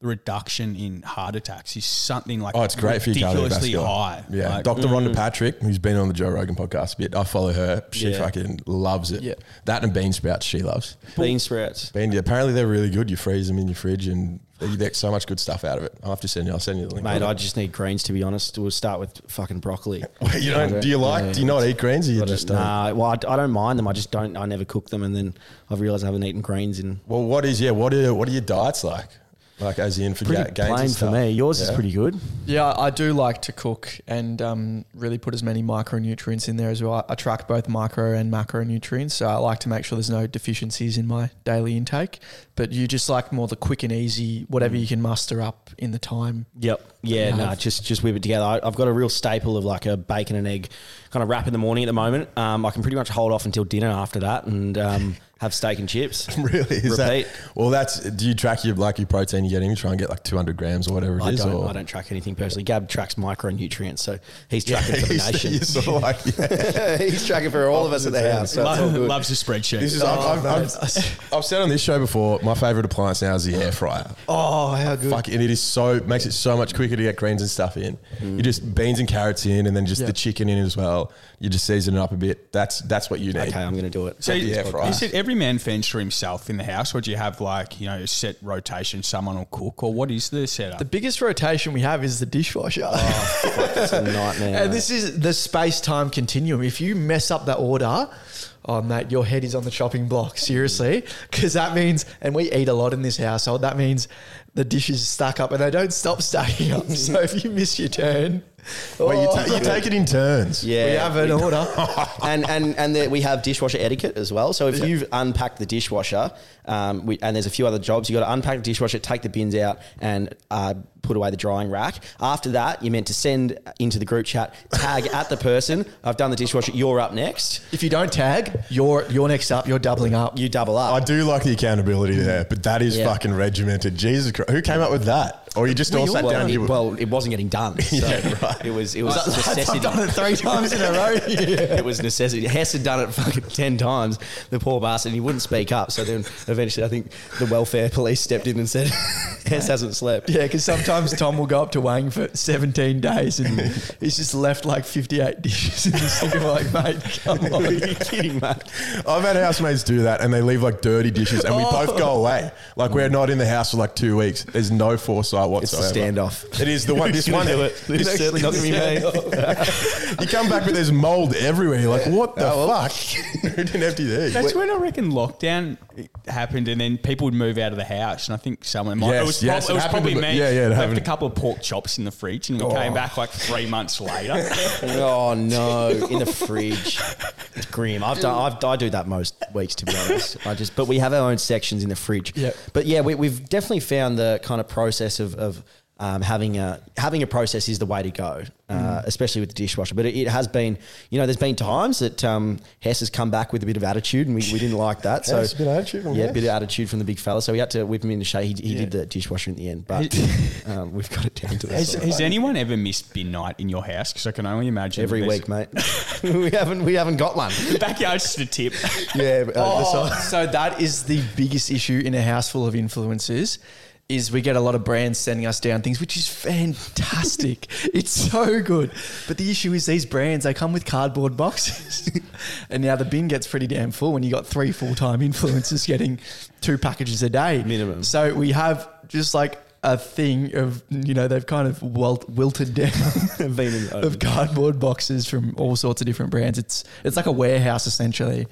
the reduction in heart attacks is something like Oh, it's great for your ridiculously cardiovascular. high. Yeah, Like, mm. Dr. Rhonda Patrick, who's been on the Joe Rogan podcast a bit. I follow her. She Yeah. fucking loves it. Yeah. That and bean sprouts, she loves. Bean sprouts. Bean, apparently they're really good. You freeze them in your fridge, and you get so much good stuff out of it. I have to send you. I'll send you the link. [laughs] Mate, I just need greens to be honest. We'll start with fucking broccoli. you don't, do you like? do you not eat greens, or you just don't? Nah, well, I, I don't mind them. I just don't. I never cook them, and then I've realised I haven't eaten greens in Well, what is yeah? What are what are your diets like? Like as in for ga- pretty gains and plain for stuff? me. Yours is Yeah. pretty good. Yeah, I do like to cook and um, really put as many micronutrients in there as well. I, I track both micro and macronutrients, so I like to make sure there's no deficiencies in my daily intake. But you just like more the quick and easy, whatever you can muster up in the time. Yep. Yeah. Yeah. No. just just whip it together. I, I've got a real staple of like a bacon and egg kind of wrap in the morning at the moment. Um, I can pretty much hold off until dinner after that and [laughs] um, have steak and chips. Really? Is Repeat. that well? That's do you track your like your protein you get in? You try and get like two hundred grams or whatever it I is, don't. or I don't track anything personally. Gab tracks micronutrients, so he's tracking for [laughs] the He's- nation. he's sort of like, yeah. [laughs] he's tracking for all of us at the house. so it's all lo- good. loves a spreadsheet. This is Oh, I've, I've, I've, I've said on this show before. My favorite appliance now is the air fryer. Oh, how good! Fuck, and it is so makes it so much quicker to get greens and stuff in. Mm. You just beans and carrots in, and then just Yeah. the chicken in as well. You just season it up a bit. That's that's what you need. Okay, I'm going to do it. So Yeah, you- right. is it every man fends for himself in the house, or do you have like you know a set rotation? Someone will cook, or what is the setup? The biggest rotation we have is the dishwasher. It's a nightmare. And this is the space time continuum. If you mess up that order, oh mate, your head is on the [laughs] chopping block. Seriously, because that means, and we eat a lot in this household. That means the dishes stack up, and they don't stop stacking up. so if you miss your turn, Wait, you, oh, ta- you take it in turns. yeah, we have [laughs] an order. and and and there, we have dishwasher etiquette as well. So if you've unpacked the dishwasher, um, we, and there's a few other jobs, you got to unpack the dishwasher, take the bins out, and uh, put away the drying rack. After that, you're meant to send into the group chat tag at the person. I've done the dishwasher. You're up next. if you don't tag, you're you're next up. You're doubling up. You double up. I do like the accountability there, but that is Yeah. fucking regimented. Jesus Christ, who came up with that? Or you just all sat well, down? and it, you were- well, it wasn't getting done. [laughs] So Yeah, right. It was it was I've necessity. done it three times in a [laughs] row. it was necessity. Hess had done it fucking 10 times, the poor bastard, and he wouldn't speak up. So then eventually, I think the welfare police stepped in and said, [laughs] Hess hasn't slept. [laughs] Yeah, because sometimes Tom will go up to Wang for 17 [laughs] days and he's just left like 58 dishes in the sink. I'm like, mate, come [laughs] on. Are you kidding, mate? I've had housemates do that, and they leave like dirty dishes, and we Oh. both [laughs] go away. Like we're not in the house for like two weeks. There's no foresight It's the whatsoever. standoff. It is the [laughs] one. This one. do it? this- It's certainly [laughs] not going to be me. You come back, but there's mold everywhere. You're like, what the fuck? [laughs] Who didn't empty these? That's when I reckon lockdown happened, and then people would move out of the house. And I think someone, might, it Yes, was, yes, prob- it it was happened probably to me. me. Yeah, yeah, it left happened. Oh. a couple of pork chops in the fridge, and we came back like three months [laughs] later. [laughs] Oh, no. In the fridge. It's grim. I've done, I've, I do that most weeks, to be honest. I just, but we have our own sections in the fridge. Yep. But yeah, we, we've definitely found the kind of process of, of um, having a having a process is the way to go, uh, Mm. especially with the dishwasher. But it, it has been, you know, there's been times that um, Hess has come back with a bit of attitude, and we, we didn't like [laughs] that. So Hess, a bit of attitude from yeah, Hess. a bit of attitude from the big fella. So we had to whip him into shape. He, he did the dishwasher in the end, but [laughs] um, we've got it [laughs] down to has, this. has anyone ever missed bin night in your house? Because I can only imagine Every there's- week, mate. [laughs] we haven't we haven't got [laughs] one. The backyard's just a [laughs] tip. Yeah, uh, Oh, so that is the biggest issue in a house full of influencers. Is we get a lot of brands sending us down things, which [laughs] is fantastic. it's so good. But the issue is these brands, they come with cardboard boxes. [laughs] and now the bin gets pretty damn full when you got three full time influencers getting two packages a day. Minimum. So we have just like a thing of, you know, they've kind of wilt- wilted [laughs] down Been in the of cardboard boxes from all sorts of different brands. It's it's like a warehouse essentially.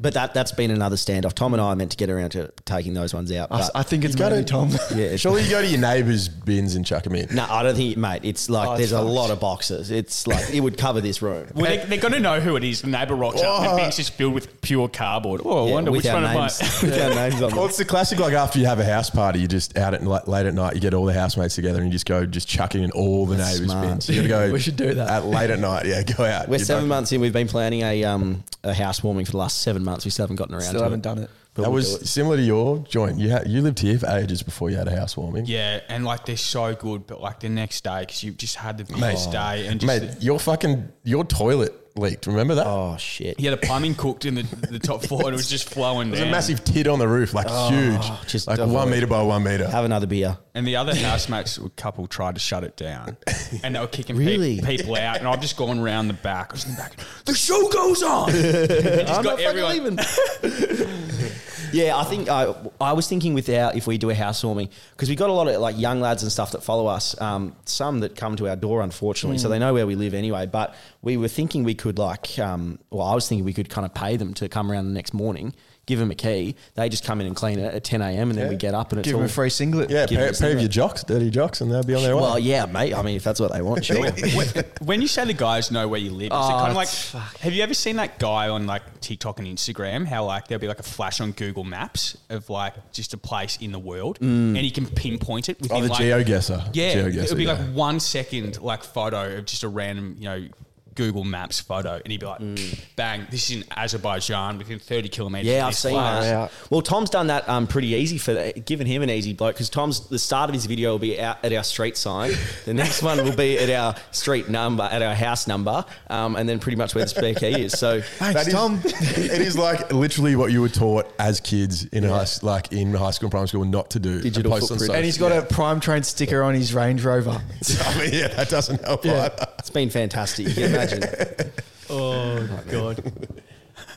But that that's been another standoff. Tom and I are meant to get around to taking those ones out. I, But I think it's You gotta- maybe [laughs] Tom. yeah, it's- Surely you go to your neighbour's bins and chuck them in. no, I don't think, mate. It's like Oh, it's there's a fucked. lot of boxes. It's like it would cover this room. Well, they, they're going to know who it is. The neighbour rocks up, Oh. and the bin's just filled with pure cardboard. Oh, I Yeah, wonder with which our one of my. [laughs] names, [laughs] with our names Well, on [laughs] them. it's the classic. Like after you have a house party, you just out at like, late at night, you get all the housemates together and you just go just chucking in all the That's neighbours' smart. bins. You gotta [laughs] go. We should do that. at late at night. Yeah, go out. We're You seven don't- months in. We've been planning a um a housewarming for the last seven months. We still haven't gotten around. Still to haven't it. done it. But That we'll was do it. similar to your joint. You ha- you lived here for ages before you had a housewarming. Yeah, and like they're so good, but like the next day because you've just had the Oh. Mate. biggest day and just Mate, your fucking your toilet leaked. Remember that? Oh shit! He had a plumbing cooked in the, the [laughs] top floor and it was just flowing There's down. a massive tit on the roof, like huge, Oh, just like double one it. meter by one meter. Have another beer. And the other housemates or couple tried to shut it down, and they were kicking pe- Really? people out. And I've just gone round the back. I was in the back. The show goes on. And just got everyone- [laughs] yeah, I think I, I was thinking with our if we do a housewarming because we got a lot of like young lads and stuff that follow us. Um, some that come to our door, unfortunately, Mm. so they know where we live anyway. But we were thinking we could like, um, well, I was thinking we could kind of pay them to come around the next morning, give them a key, they just come in and clean it at ten a.m. and then we Yeah. get up and it's Give all him a free singlet. yeah, Give pay, it a pay sniff. your jocks, dirty jocks, and they'll be on their way. Well, yeah, mate. I mean, if that's what they want, [laughs] sure. When- when you say the guys know where you live, is it Oh, kind of like? fuck. Have you ever seen that guy on like TikTok and Instagram? How like there'll be like a flash on Google Maps of like just a place in the world, and he can pinpoint it within oh, the like geoguesser. Yeah, geoguesser, it would be yeah. like one second, like photo of just a random, you know, Google Maps photo, and he'd be like, "Bang! This is in Azerbaijan, within thirty kilometers." of Mm. Yeah, I've this seen place." that. Well, Tom's done that um, pretty easy for that, giving him an easy bloke because Tom's the start of his video will be out at our street sign. [laughs] The next one will be at our street number, at our house number, um, and then pretty much where the spare key is. So [laughs] Thanks, That is- Tom. [laughs] it is like literally what you were taught as kids in high, s- like in high school and primary school, not to do. Digital And post on footprint. social- and he's got a prime train sticker on his Range Rover. [laughs] I mean, yeah, that doesn't help Yeah. either. it's been fantastic. You can [laughs] imagine. Oh god!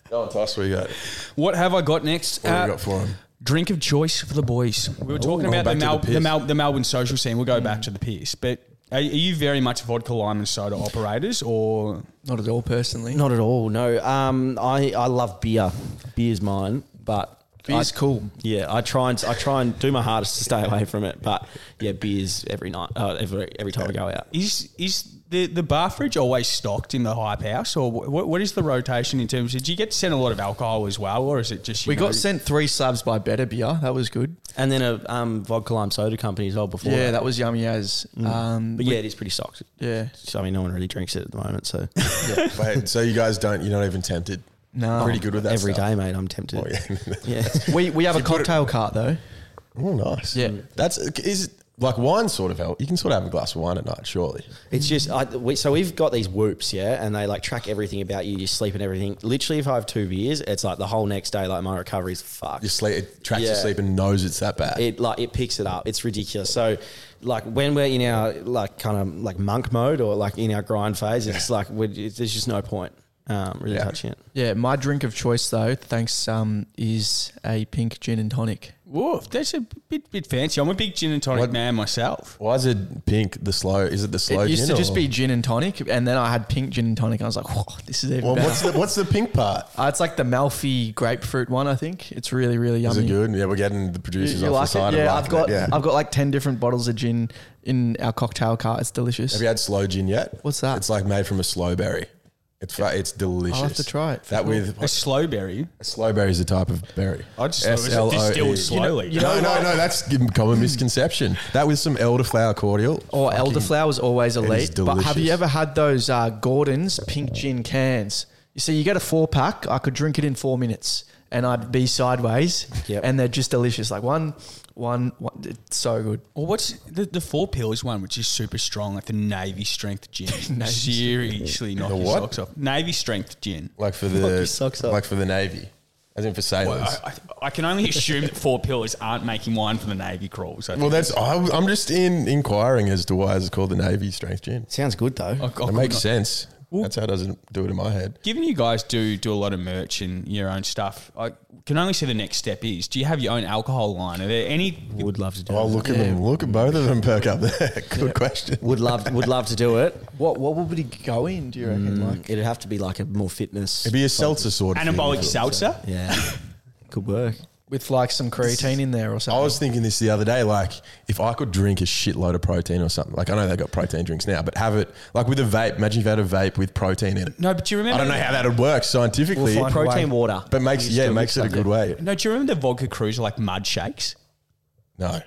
Go on, Toss, what you got? what have I got next? What have Uh, we got for [laughs] him? Drink of choice for the boys. We were talking Oh, about the, back to the Mel- the, piss. Mm. Mel- the Melbourne social scene. We'll go back to the piss, but. Are are you very much vodka, lime, and soda operators, or Not at all, personally. Not at all. No. Um, I I love beer. Beer's mine, but Beer's I- cool. Yeah, I try and I try and do my hardest to stay away from it, but yeah, beers every night, uh, every every time I go out. is is the the bar fridge always stocked in the hype house, or what, what is the rotation in terms? Did you get sent a lot of alcohol as well, or is it just you We know- got sent three slabs by Better Beer. That was good. And then a um, vodka lime soda company as well before. Yeah, that was yummy as. Um, But yeah, it is pretty stocked. yeah. So, I mean, no one really drinks it at the moment. [laughs] So Wait, so you guys don't? You're not even tempted. No. pretty good with that. every day, stuff. mate, I'm tempted. Oh, yeah. [laughs] yeah. We, we have a cocktail cart, though. oh, nice. Yeah. that's is like wine sort of help. You can sort of have a glass of wine at night, surely. It's just, I, we, so we've got these whoops, yeah, and they like track everything about you, your sleep and everything. Literally, if I have two beers, it's like the whole next day, like my recovery's fucked. Your sleep it tracks your Yeah. sleep and knows it's that bad. it like it picks it up. It's ridiculous. So like when we're in our like kind of like monk mode or like in our grind phase, it's like we're, it's, there's just no point um, really Yeah. touching it. Yeah, my drink of choice, though, thanks, um, is a pink gin and tonic. Whoa, that's a bit bit fancy. I'm a big gin and tonic What- man myself. Why is it pink? The slow? Is it the slow? it used gin to just or- be gin and tonic, and then I had pink gin and tonic, and I was like, "Whoa, this is even Well, better." what's the what's the pink part? Uh, it's like the Malfi grapefruit one, I think. It's really, really Is yummy. it good? Yeah, we're getting the You, producers you off like the side. it? of Yeah, liking I've got It, yeah. I've got like ten different bottles of gin in our cocktail cart. It's delicious. Have you had slow gin yet? What's that? It's like made from a slow berry. It's fa- it's delicious. I'll have to try it, for That sure. with A slow berry. slow berry is a type of berry. I just thought it was distilled slowly. E. no, no, no. That's a common misconception. That with some elderflower cordial or Fucking- elderflower is always is elite. But have delicious. you ever had those uh, Gordon's pink gin cans? You see, you get a four pack. I could drink it in four minutes, and I'd be sideways. Yep. and they're just delicious. Like one, one, one it's so good. Well, what's the, the four pillars one, which is super strong, like the Navy strength gin. Navy Seriously, knock The your what? socks off. Navy strength gin. like for your the socks up. like for the navy, as in for sailors. Well, Well, I, I, I can only assume that four pillars aren't making wine for the Navy crawls. I think. that's I, I'm just in inquiring as to why it's called the navy strength gin. Sounds good though. I- I Oh, could It makes not- sense. That's how it doesn't do it in my head. Given you guys do do a lot of merch and your own stuff, I can only see the next step is: do you have your own alcohol line? Are there any? Would love to do. Oh, it. look at them! Look at both of them perk up there. [laughs] Good question. Would love would love to do it. Mm, What what would it go in? Do you reckon? Like It'd have to be like a more fitness. It'd be a seltzer sort of Anabolic thing. seltzer. [laughs] yeah, could work. with like some creatine in there or I something. was thinking this the other day, like if I could drink a shitload of protein or something. Like I know they got protein drinks now, but have it like with a vape. Imagine if you had a vape with protein in it. No, but do you I remember? don't know how that would work scientifically, We'll find- Protein way. water, but makes yeah, it makes it a good way. No, do you remember the vodka cruiser like mud shakes? No,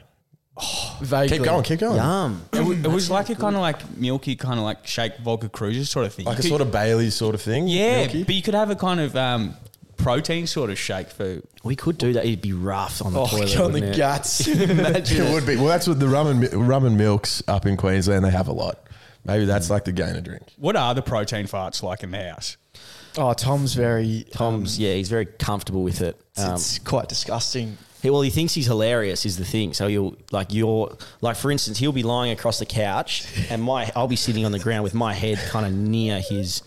Vaguely. keep going, keep going. yum. It was, it was like a kind of like milky kind of like shake vodka cruiser sort of thing. Like You a could- sort of Bailey's sort of thing. yeah, Milky. but you could have a kind of um, protein sort of shake for. We could do that. It'd be rough on the Oh, toilet. on the wouldn't it? guts. [laughs] it would be. Well, that's what the rum and mi- rum and milks up in Queensland. They have a lot. Maybe that's like the gain of drink. What are the protein farts like in the house? Oh, Tom's very Tom's yeah, he's very comfortable with it. It's, Um, it's quite disgusting. He, well, he thinks he's hilarious is the thing. So he'll like you're like for instance, he'll be lying across the couch, and my I'll be sitting on the ground with my head kind of near his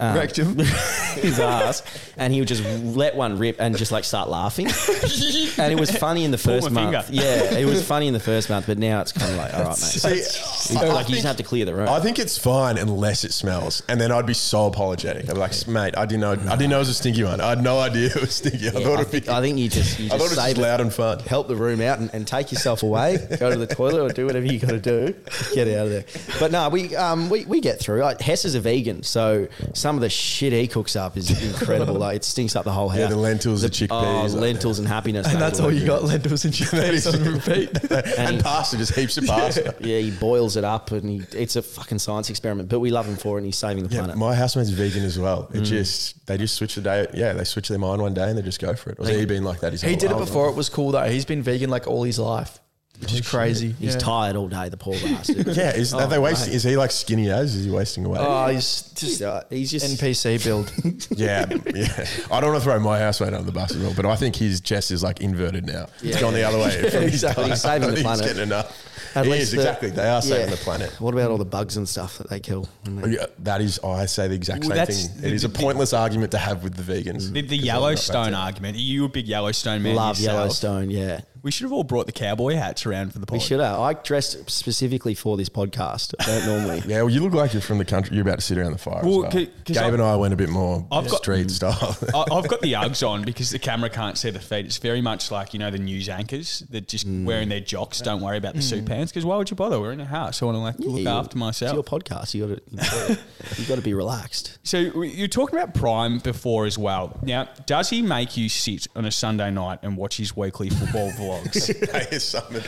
Rectum. his ass, and he would just let one rip and just like start [laughs] laughing. and it was funny in the first my month. finger. Yeah, it was funny in the first month, but now it's kind of like all right, [laughs] mate. See, I like you think- just have to clear the room. I think it's fine unless it smells, and then I'd be so apologetic. I'd be like, "Mate, I didn't know. I didn't know it was a stinky one. I had no idea it was stinky. I Yeah, thought I it'd think, be. I think you just [laughs] you I thought just it was save just it. loud and fun. help the room out and, and take yourself away. [laughs] go to the toilet or do whatever you got to do. Get out of there. But no, we um, we, we get through. Like, Hess is a vegan, so some of the shit he cooks up is [laughs] incredible. like it stinks up the whole house. Yeah, the lentils, the oh, chickpeas, like- lentils and happiness. and mate. that's all you got, [laughs] lentils and chickpeas on repeat. and, And- pasta, just heaps of pasta. Yeah, he boils it up, and he, it's a fucking science experiment. But we love him for it, and he's saving the Yeah, planet. my housemate's vegan as well. Mm. It just they just switch the day. Yeah, they switch their mind one day and they just go for it. Or has he been like that? his he whole did it life? before. It was cool though. He's been vegan like all his life, which is crazy. he's yeah. tired all day, the poor [laughs] bastard. Yeah, is are they wasting? mate. Is he like skinny as? Is he wasting away? Oh, he's He's, just uh, he's just NPC build. [laughs] Yeah, yeah. I don't want to throw my housemate under the bus as well, but I think his chest is like inverted now. It's Yeah. gone the other way. from his exactly. diet. He's saving I the think [laughs] planet. He's getting enough. at he least is, the- exactly. They are saving yeah. the planet. What about all the bugs and stuff that they [laughs] kill? Yeah, That is, I say the exact Well, same that's thing. the- It is a the- pointless argument to have with the vegans. The, the 'Cause Yellowstone argument. You a big Yellowstone man. Love yourself. Yellowstone, yeah. We should have all brought the cowboy hats around for the pod. We should have. I dressed specifically for this podcast. I don't [laughs] normally. Yeah, well, you look like you're from the country. You're about to sit around the fire. Well, as well. c- 'cause Gabe I'm- and I went a bit more I've got- street style. [laughs] I, I've got the Uggs on because the camera can't see the feet. It's very much like, you know, the news anchors that just wearing their jocks don't worry about the suit pants because why would you bother? We're in a house. I want to like look Yeah, after myself. It's your podcast. You got to. [laughs] You got to be relaxed. So we- you were talking about Prime before as well. Now, does he make you sit on a Sunday night and watch his weekly football vlogs? [laughs] They summon-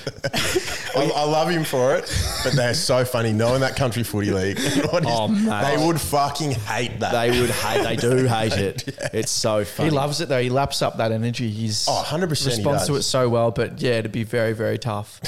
I, I love him for it, but they're so funny. Knowing that country footy league, [laughs] what is- Oh, mate. they would fucking hate that. They would hate. They do hate [laughs] it. It's so funny. He loves it though. He laps up that energy. He's Oh, 100% he responds to does. it so well. But yeah, it'd be very very tough.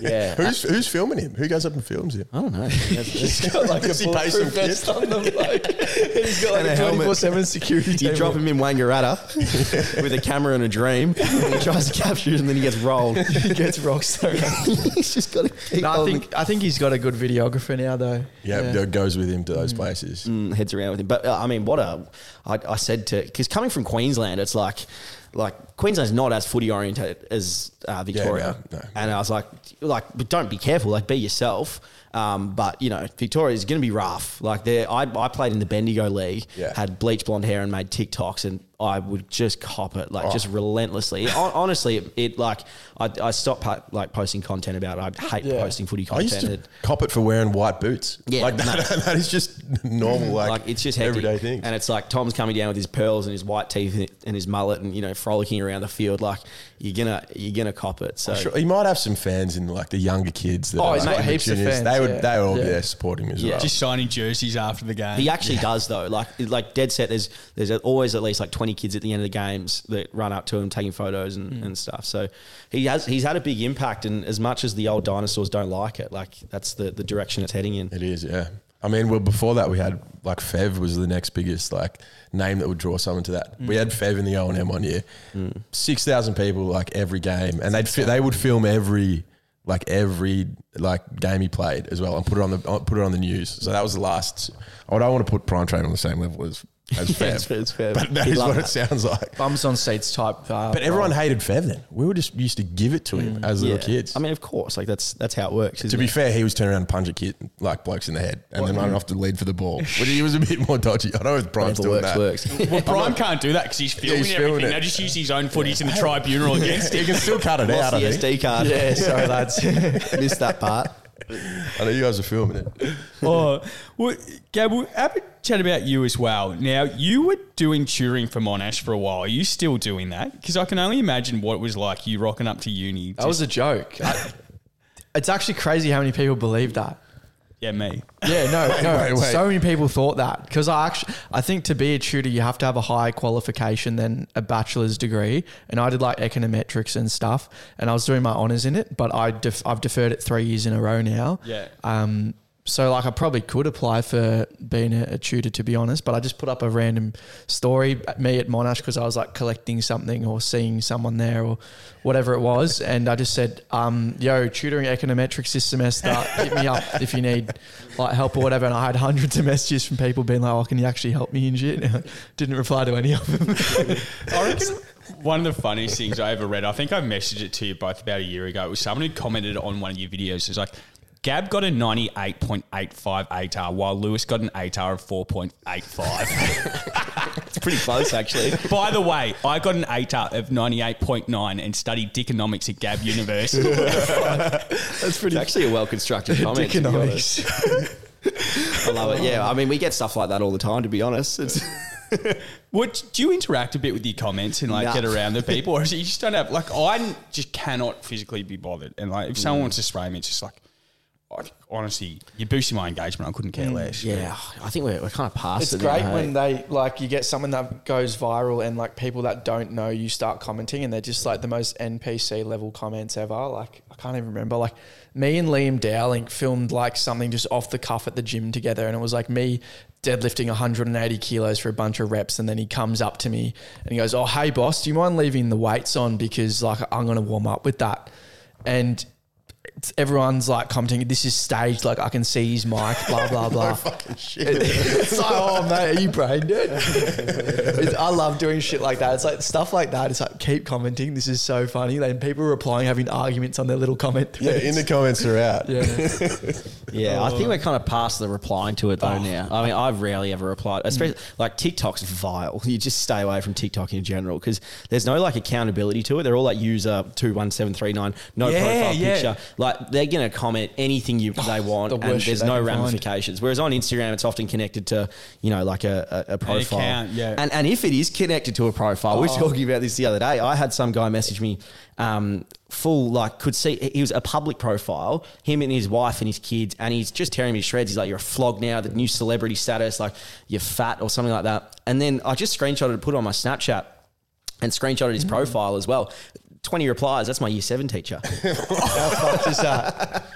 Yeah. Who's, who's filming him? Who goes up and films him? I don't [laughs] know. [laughs] like, Does a he pay some bulletproof vest on them, [laughs] like, and he's got like, a 24/7 security. You drop him in Wangaratta [laughs] with a camera and a dream, and he tries to capture it, and then he gets rolled. [laughs] [laughs] he gets [laughs] rock star. He's just got to keep no, I holding- think I think he's got a good videographer now though. Yeah, that goes with him to those places. and heads around with him. But uh, I mean, what a I, I said to because coming from Queensland, it's like like Queensland's not as footy oriented as uh, Victoria, no, no. and I was like, like, but don't be careful, like, be yourself. Um, but you know, Victoria's going to be rough. Like, there, I, I played in the Bendigo League, Yeah. had bleach blonde hair and made TikToks, and I would just cop it, like, Oh. just relentlessly. Hon- Honestly, it, it, like, I, I stopped po- like posting content about. it. I hate Yeah. posting footy I content. used to It- cop it for wearing white boots. Yeah, like [laughs] that, that is just normal. Like, like it's just hectic. everyday thing. And it's like Tom's coming down with his pearls and his white teeth and his mullet and you know frolicking around the field. Like you're gonna you're gonna cop it. So Sure, he might have some fans in like the younger kids. That Oh, are, he's like, got in the heaps of juniors. fans, They would, yeah. they would all be Yeah. there supporting him as well. Just signing jerseys after the game. he actually does though. Like like dead set. There's there's always at least like 20 kids at the end of the games that run up to him taking photos and, and stuff. So he has he's had a big impact. And as much as the old dinosaurs don't like it, like that's the the direction it's heading in. It is, yeah. I mean, well, before that, we had like Fev was the next biggest like name that would draw someone to Mm. that. We had Fev in the O and M one year, six thousand people like every game, and they'd fi- they would film every like every like game he played as well, and put it on the uh, put it on the news. So that was the last. I don't want to put Prime Train on the same level as [laughs] as Fev, it's- it's Fev. but that He'd is love what it that. sounds like. Bums on seats type. Uh, But everyone hated Fev then. We were just used to give it to him as little Mm. Yeah. kids. I mean, of course, like that's that's how it works. To isn't be it? fair, he was turning around and punching kid like blokes in the head, and then running off to lead for the [laughs] ball, which he was a bit more dodgy. I don't know if Brian's whatever doing works that. works. well, Prime can't do that because he's filming he's filming everything. it. They just use his own footage in the tribunal against You [laughs] him. can still cut it Lost out. the I think. SD card. yeah, sorry [laughs] lads. missed that part. I know you guys are filming [laughs] it. oh, well, Gab, we have a chat about you as well. Now, you were doing touring for Monash for a while. Are you still doing that? Because I can only imagine what it was like you rocking up to uni. That was a joke. I- it's actually crazy how many people believe that. yeah, me. Yeah, [laughs] no, no. wait, wait. So many people thought that because I actually, I think to be a tutor, you have to have a higher qualification than a bachelor's degree. And I did like econometrics and stuff, and I was doing my honors in it, but I def- I've deferred it three years in a row now. Yeah. Um, so like I probably could apply for being a, a tutor to be honest, but I just put up a random story at me at Monash because I was like collecting something or seeing someone there or whatever it was, and I just said, um, "Yo, tutoring econometrics this semester. Hit me up if you need like help or whatever." And I had hundreds of messages from people being like, "Oh, can you actually help me and shit?" [laughs] And I didn't reply to any of them. I reckon one of the funniest things I ever read, I think I messaged it to you both about a year ago, it was someone who commented on one of your videos. It was like, Gab got a 98.85 ATAR while Lewis got an ATAR of 4.85. It's pretty close, [laughs] actually. [laughs] By the way, I got an ATAR of 98.9 and studied Dickonomics at Gab University. [laughs] That's pretty. It's actually a well [laughs] constructed comment. to be honest. Economics. I love it. Yeah, I mean, we get stuff like that all the time. To be honest, it's What do you interact a bit with your comments and like Nah. get around [laughs] the people, or is it you just don't have like I just cannot physically be bothered, and like if Mm. someone wants to spray me, it's just like I, honestly, you're boosting my engagement. I couldn't care less. [laughs] Mm. yeah. I think we're, we're kind of past. It's it great now, when hey? they like you get someone that goes viral and like people that don't know you start commenting and they're just like the most NPC level comments ever. Like I can't even remember. Like me and Liam Dowling filmed like something just off the cuff at the gym together, and it was like me deadlifting 180 kilos for a bunch of reps, and then he comes up to me and he goes, "Oh hey boss, do you mind leaving the weights on because like I'm gonna warm up with that," and. it's- Everyone's like commenting, this is staged, like I can see his mic, blah, blah, blah. It's like, oh mate, are you brain dead? It's- I love doing shit like that. It's like stuff like that. It's like keep commenting. This is so funny. Then people are replying, having arguments on their little comment. Yeah, in the comments are out. yeah. Yeah, I think we're kind of past the replying to it though now. I mean, I've rarely ever replied, especially like TikTok's vile. You just stay away from TikTok in general because there's no like accountability to it. They're all like user two one seven three nine, no Yeah, profile yeah. picture. Like they're gonna comment anything you they want, the and worst shit there's they no can find. ramifications. Whereas on Instagram, it's often connected to you know like a, a, a profile, account, yeah. and and if it is connected to a profile, we were talking about this the other day. I had some guy message me, um, full like could see he was a public profile, him and his wife and his kids, and he's just tearing me to shreds. He's like, "You're a flog now, the new celebrity status, like you're fat or something like that." And then I just screenshotted and put it on my Snapchat, and screenshotted Mm. his profile as well. Twenty replies. That's my year [laughs] seven teacher. How fucked is that?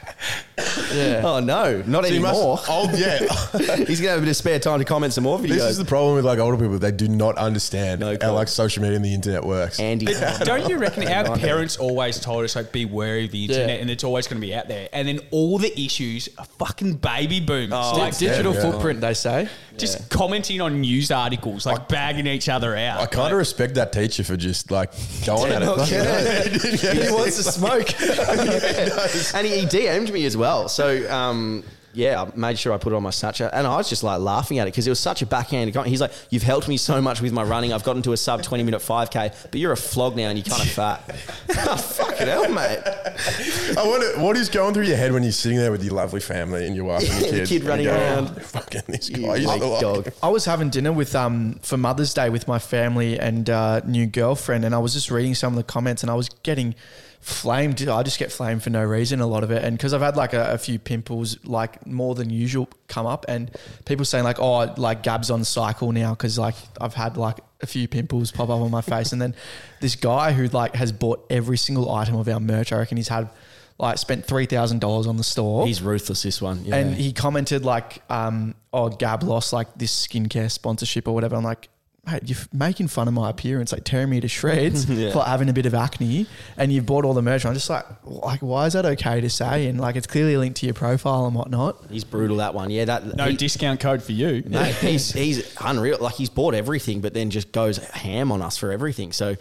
Yeah. oh no, not You must- anymore. [laughs] oh, yeah. He's gonna have a bit of spare time to comment some more videos. This is the problem with like older people; they do not understand No clue. how like social media and the internet works. Andy. [laughs] Don't you reckon our parents always told us like beware of the internet Yeah. and it's always going to be out there, and then all the issues are fucking baby boomers Oh, like digital yeah. footprint, they say. just commenting on news articles, like bagging each other out. I kind of respect that teacher for just like going at it. [laughs] Not Yeah. [laughs] He wants to smoke. [laughs] and he, he DM'd me as well. So, um, yeah, I made sure I put it on my Snapchat. And I was just like laughing at it because it was such a backhanded comment. He's like, You've helped me so much with my running. I've gotten to a sub 20 minute 5K, but you're a flog now and you're kind of [laughs] fat. Fucking hell, mate. I wonder what is going through your head when you're sitting there with your lovely family and your wife [laughs] and your The kids. kid and running going, around. Fucking this You guy. You weak dog. I was having dinner with um for Mother's Day with my family and uh, new girlfriend, and I was just reading some of the comments, and I was getting flamed. I just get flamed for no reason a lot of it, and because I've had like a, a few pimples, like more than usual, come up, and people saying like, "Oh, like Gab's on cycle now," because like I've had like a few pimples pop up on my face, and then this guy who like has bought every single item of our merch, I reckon he's had like spent three thousand dollars on the store. He's ruthless, this one. Yeah. And he commented like, um, "Oh, Gab lost like this skincare sponsorship or whatever." I'm like, "Mate, you're f- making fun of my appearance, like tearing me to [laughs] shreds Yeah. for having a bit of acne, and you've bought all the merch." I'm just like, "Like, why is that okay to say?" And like, it's clearly linked to your profile and whatnot. He's brutal, that one. Yeah, that. no he- discount code for you. Mate, he's he's unreal. Like he's bought everything, but then just goes ham on us for everything. So,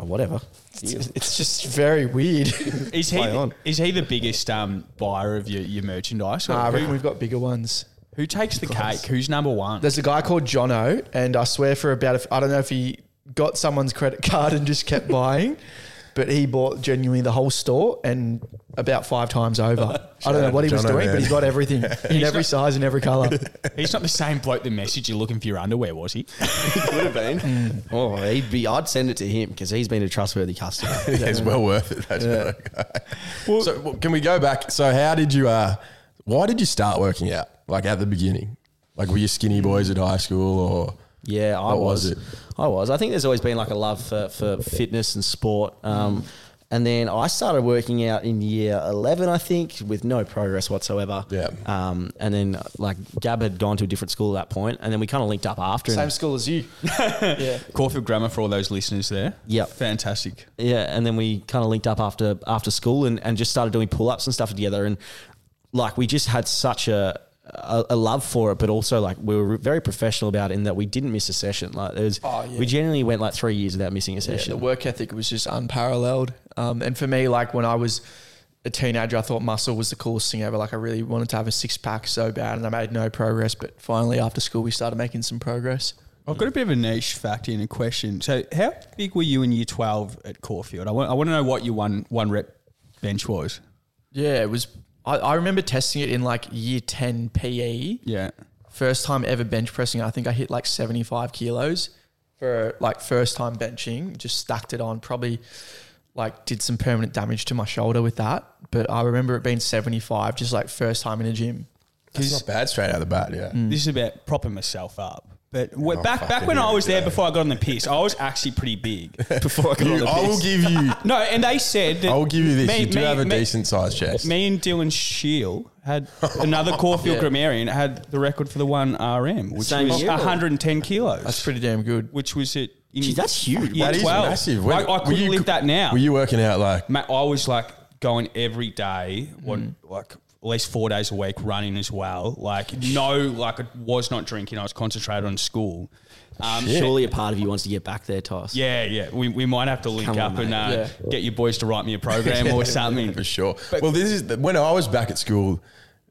uh, whatever. It's, it's just [laughs] very weird. [laughs] Is he Play on. is he the biggest um, buyer of your, your merchandise? Or Nah, I who, reckon we've got bigger ones. who takes the cake? Who's number one? There's a guy called Jono, and I swear for about, I don't know if he got someone's credit card and just kept buying, but he bought genuinely the whole store and about five times [laughs] over. I don't know what he was Jono, doing, man. but he's got everything [laughs] in every size and every color. He's not the same bloke that messaged you looking for your underwear, was he? Would have been. [laughs] Oh, he'd be. I'd send it to him because he's been a trustworthy customer. [laughs] Yeah, it's well worth it. That guy. [laughs] so well, can we go back? So how did you? Uh, why did you start working out? Like at the beginning, like were you skinny boys at high school or? Yeah, I What was was. it? I was. I think there's always been like a love for, for fitness and sport. Um, And then I started working out in year 11, I think, with no progress whatsoever. Yeah. Um, and then, like, Gab had gone to a different school at that point, and then we kind of linked up after. and- Same school [laughs] as you. yeah. Corfield Grammar for all those listeners there. Yep. Fantastic. yeah, and then we kind of linked up after after school and, and just started doing pull ups and stuff together, and like we just had such a, a a love for it, but also like we were very professional about it in that we didn't miss a session. Like there was, Oh, yeah. we generally went like three years without missing a Yeah, the session. work ethic was just unparalleled. Um, and for me, like when I was a teenager, I thought muscle was the coolest thing ever. Like I really wanted to have a six pack so bad, and I made no progress. But finally, after school, we started making some progress. I've got a bit of a niche fact in a question. So, how big were you in year 12 at Corfield? I want, I want to know what your one, one rep bench was. Yeah, it was. I, I remember testing it in like year ten PE. Yeah. First time ever bench pressing. I think I hit like seventy five kilos for like first time benching. Just stacked it on. Probably like did some permanent damage to my shoulder with that. But I remember it being seventy five, just like first time in a gym. It's not bad straight out of the bat, yeah. This is about propping myself up. But we- Oh, back, back fucking when here I we was there go. before I got on the piss, I was actually pretty [laughs] big. Before I got on You, the I will piss. give you. No, and they said that I will give you this. Me- you do me- have a me- decent Oh, sized chest. Me and Dylan Sheil [laughs] had another Caulfield Yeah. grammarian had the record for the one RM, which Same was year, or- 110 kilos. That's pretty damn good. which was it? In Gee, that's huge. year That is 12. massive. I, I Were couldn't you- live that now. Were you working out like? Mate, I was like going every day, Mm. one like at least four days a week, running as well. Like no, like I was not drinking. I was concentrated on school. Um, Surely a part of you wants to get back there, Toss. yeah, yeah. We, we might have to link Come on, up and mate. uh, get your boys to write me a program [laughs] or something. for sure. well, this is the, when I was back at school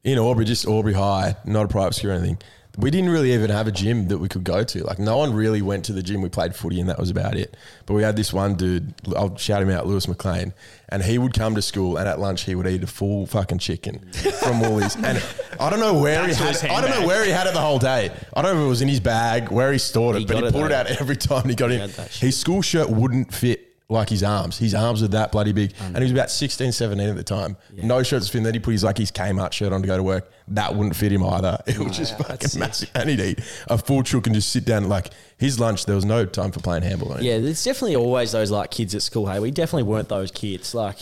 in Aubrey, just Aubrey High, not a private school or anything. We didn't really even have a gym that we could go to. Like, no one really went to the gym. We played footy, and that was about it. But we had this one dude. I'll shout him out, Lewis McLean, and he would come to school, and at lunch he would eat a full fucking chicken from Woolies. And I don't know where That's he his had. It. I don't handbag. know where he had it the whole day. I don't know if it was in his bag, where he stored it, He but he got it pulled it though. out every time he got in. had that shit. His school shirt wouldn't fit like his arms. His arms are that bloody big. And he was about 16, 17 at the time. No shirts fit. And then he put his like his Kmart shirt on to go to work. That wouldn't fit him either. [laughs] It was just fucking massive. And he'd eat a full chook and just sit down. Like his lunch, there was no time for playing handball. Or anything. Yeah, there's definitely always those like kids at school. Hey, we definitely weren't those kids. Like,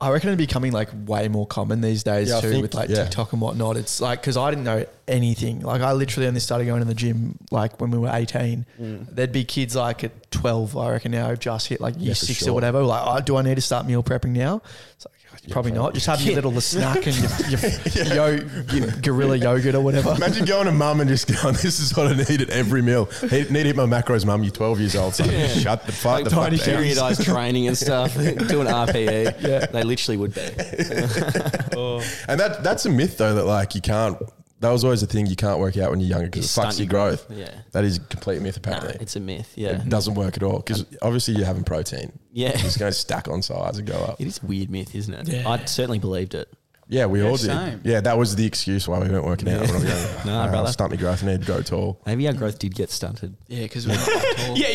I reckon it's becoming like way more common these days Yeah, I too, think- with like yeah. TikTok and whatnot. It's like because I didn't know anything. Like I literally only started going to the gym like when we were eighteen. Mm. There'd be kids like at twelve. I reckon now who've just hit like year for six sure. or whatever. Like, oh, do I need to start meal prepping now? It's like probably not. Just have your little snack and [laughs] your, your, yo, your gorilla yogurt or whatever. Imagine going to mum and just going, "This is what I need at every meal. He- Need to hit my macros, mum. You're 12 years old, so shut the fuck the fuck down." periodized training and stuff, [laughs] doing RPE. Yeah. They literally would be. And that that's a myth though that like you can't. That was always a thing. You can't work out when you're younger because it stunt fucks your your growth. growth, yeah. that is a complete myth. Nah, Apparently, it's a myth. Yeah. it doesn't work at all because obviously you're having protein. Yeah. it's going to stack on size and go up. It is a weird myth, isn't it? Yeah. I certainly believed it. Yeah, we all did. same. Yeah, that was the excuse why we weren't working out. when I was younger. [laughs] Nah, I'll brother. stunt my growth. I need to grow tall. Maybe our growth did get stunted. Yeah, because we're not that [laughs] tall. Yeah,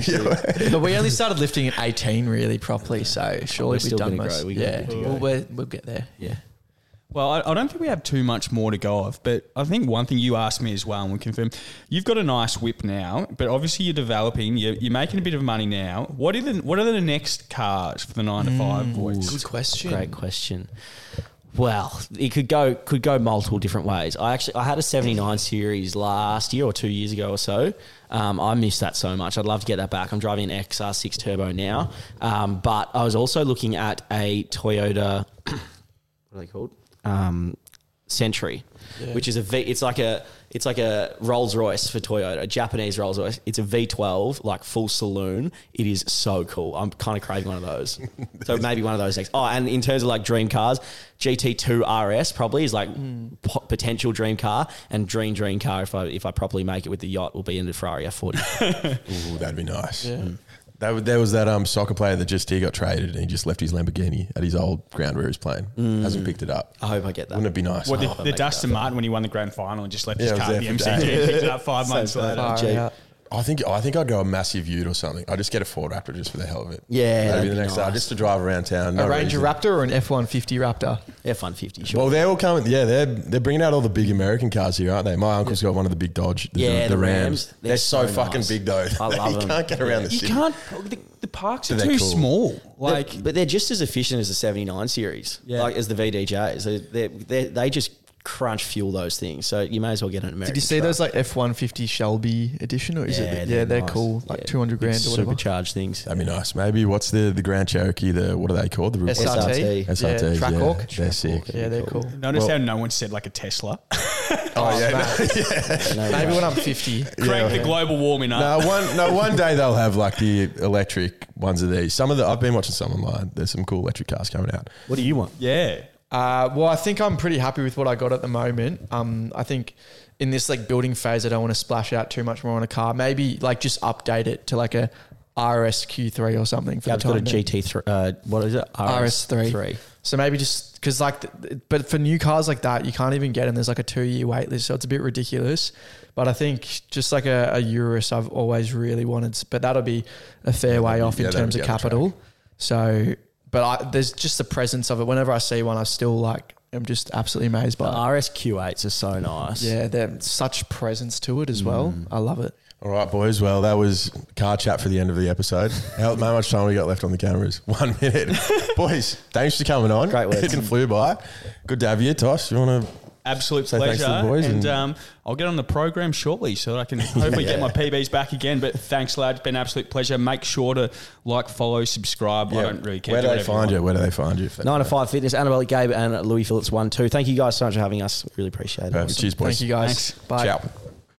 you. Yeah, but we only started lifting at eighteen really properly. So surely still we've done gonna most. grow. We gotta yeah, get to well, we're, we'll get there. yeah. Well, I, I don't think we have too much more to go off, but I think one thing you asked me as well, and we confirm you've got a nice whip now, but obviously you're developing, you're, you're making a bit of money now. What are the What are the next cars for the nine to Mm. five boys? Good question. Great question. Well, it could go could go multiple different ways. I actually I had a seventy nine series last year or two years ago or so. Um, I miss that so much. I'd love to get that back. I'm driving an XR six turbo now, um, but I was also looking at a Toyota. [clears throat] what are they called? Um, Century, which is a V. It's like a it's like a Rolls Royce for Toyota, a Japanese Rolls Royce. It's a V12, like full saloon. It is so cool. I'm kind of craving one of [laughs] those. so maybe one of those next. Oh, and in terms of like dream cars, GT2 RS probably is like Hmm. po- potential dream car, and dream dream car if I if I properly make it with the yacht will be in the Ferrari [laughs] F40. Ooh, that'd be nice. Mm. That, was- there was that um, soccer player that just he got traded and he just left his Lamborghini at his old ground where he's playing. Hasn't picked it up. Mm. I hope I get that. Wouldn't it be nice? What Oh. the, the Dustin Martin when he won the grand final and just left Yeah, his it was car at the there for MCG and picked it up [laughs] five months bad. later. Far Jeep. out. I think I think I'd go a massive Ute or something. I just get a Ford Raptor just for the hell of it. Yeah, that'd, that'd be the be next nice. car just to drive around town. A no Ranger reason. Raptor or an F one fifty Raptor? F150, sure. Well, they're all coming. Yeah, they're they're bringing out all the big American cars here, aren't they? My uncle's got one of the big Dodge. The, Yeah, the the Rams. Rams. They're, They're so, so fucking [laughs] nice. big though. I love you them. can't get around the You city. can't. The, the parks are They're too cool. small. They're- Like but they're just as efficient as the 79 series, Yeah. like as the VDJs. They they they they just crunch fuel those things. So you may as well get an American. Did you see truck. those like F one fifty Shelby edition, or is it? Yeah, Yeah, they're they're, nice. cool, like Yeah. two hundred grand or whatever. Supercharged [laughs] things. That'd be nice. Maybe what's the the Grand Cherokee? The what are they called? The real- SR. SRT. SRT, SRTs, yeah, track yeah. hawk. They're sick. Yeah, they're cool. notice Well- how no one said like a [laughs] Tesla. Oh, [laughs] yeah, No [laughs] maybe way. when I'm fifty. Crank the global warming up. No one, no one day they'll have like the electric ones of these. Some of the I've been watching some online. There's some cool electric cars coming out. what do you want? Yeah. Uh, well, I think I'm pretty happy with what I got at the moment. Um, I think in this like building phase, I don't want to splash out too much more on a car. Maybe like just update it to like a RSQ3 or something for Gab's the got a time being. GT. Th- uh, what is it? RS3. Three. So maybe just because like, th- but for new cars like that, you can't even get them. There's like a two year wait list, so it's a bit ridiculous. But I think just like a, a Urus, I've always really wanted, but that'll be a fair way off yeah, in that'll terms be of down the capital. So, but I, there's just the presence of it. Whenever I see one, I still like, I'm just absolutely amazed by The it. RSQ8s are so nice. Yeah, they're such presence to it as well. Mm. I love it. All right, boys. Well, that was car chat for the end of the episode. How, how much time we got left on the cameras? [laughs] One minute. boys, thanks for coming on. Great [laughs] work. It flew by. Good to have you, Tosh. You want to? Absolute Say thanks pleasure. to the boys and and- um, I'll get on the program shortly so that I [laughs] can hopefully get my PBs back again. But thanks, lad. It's been an absolute pleasure. Make sure to like, follow, subscribe. I don't really care. Where do they whatever find want. you? Where do they find you? if they- Nine to five fitness, Annabelle Gabe and Louis Phillips one two. Thank you guys so much for having us. Really appreciate it. Perfect. Cheers, boys. Thank you guys. Thanks. Bye. Ciao.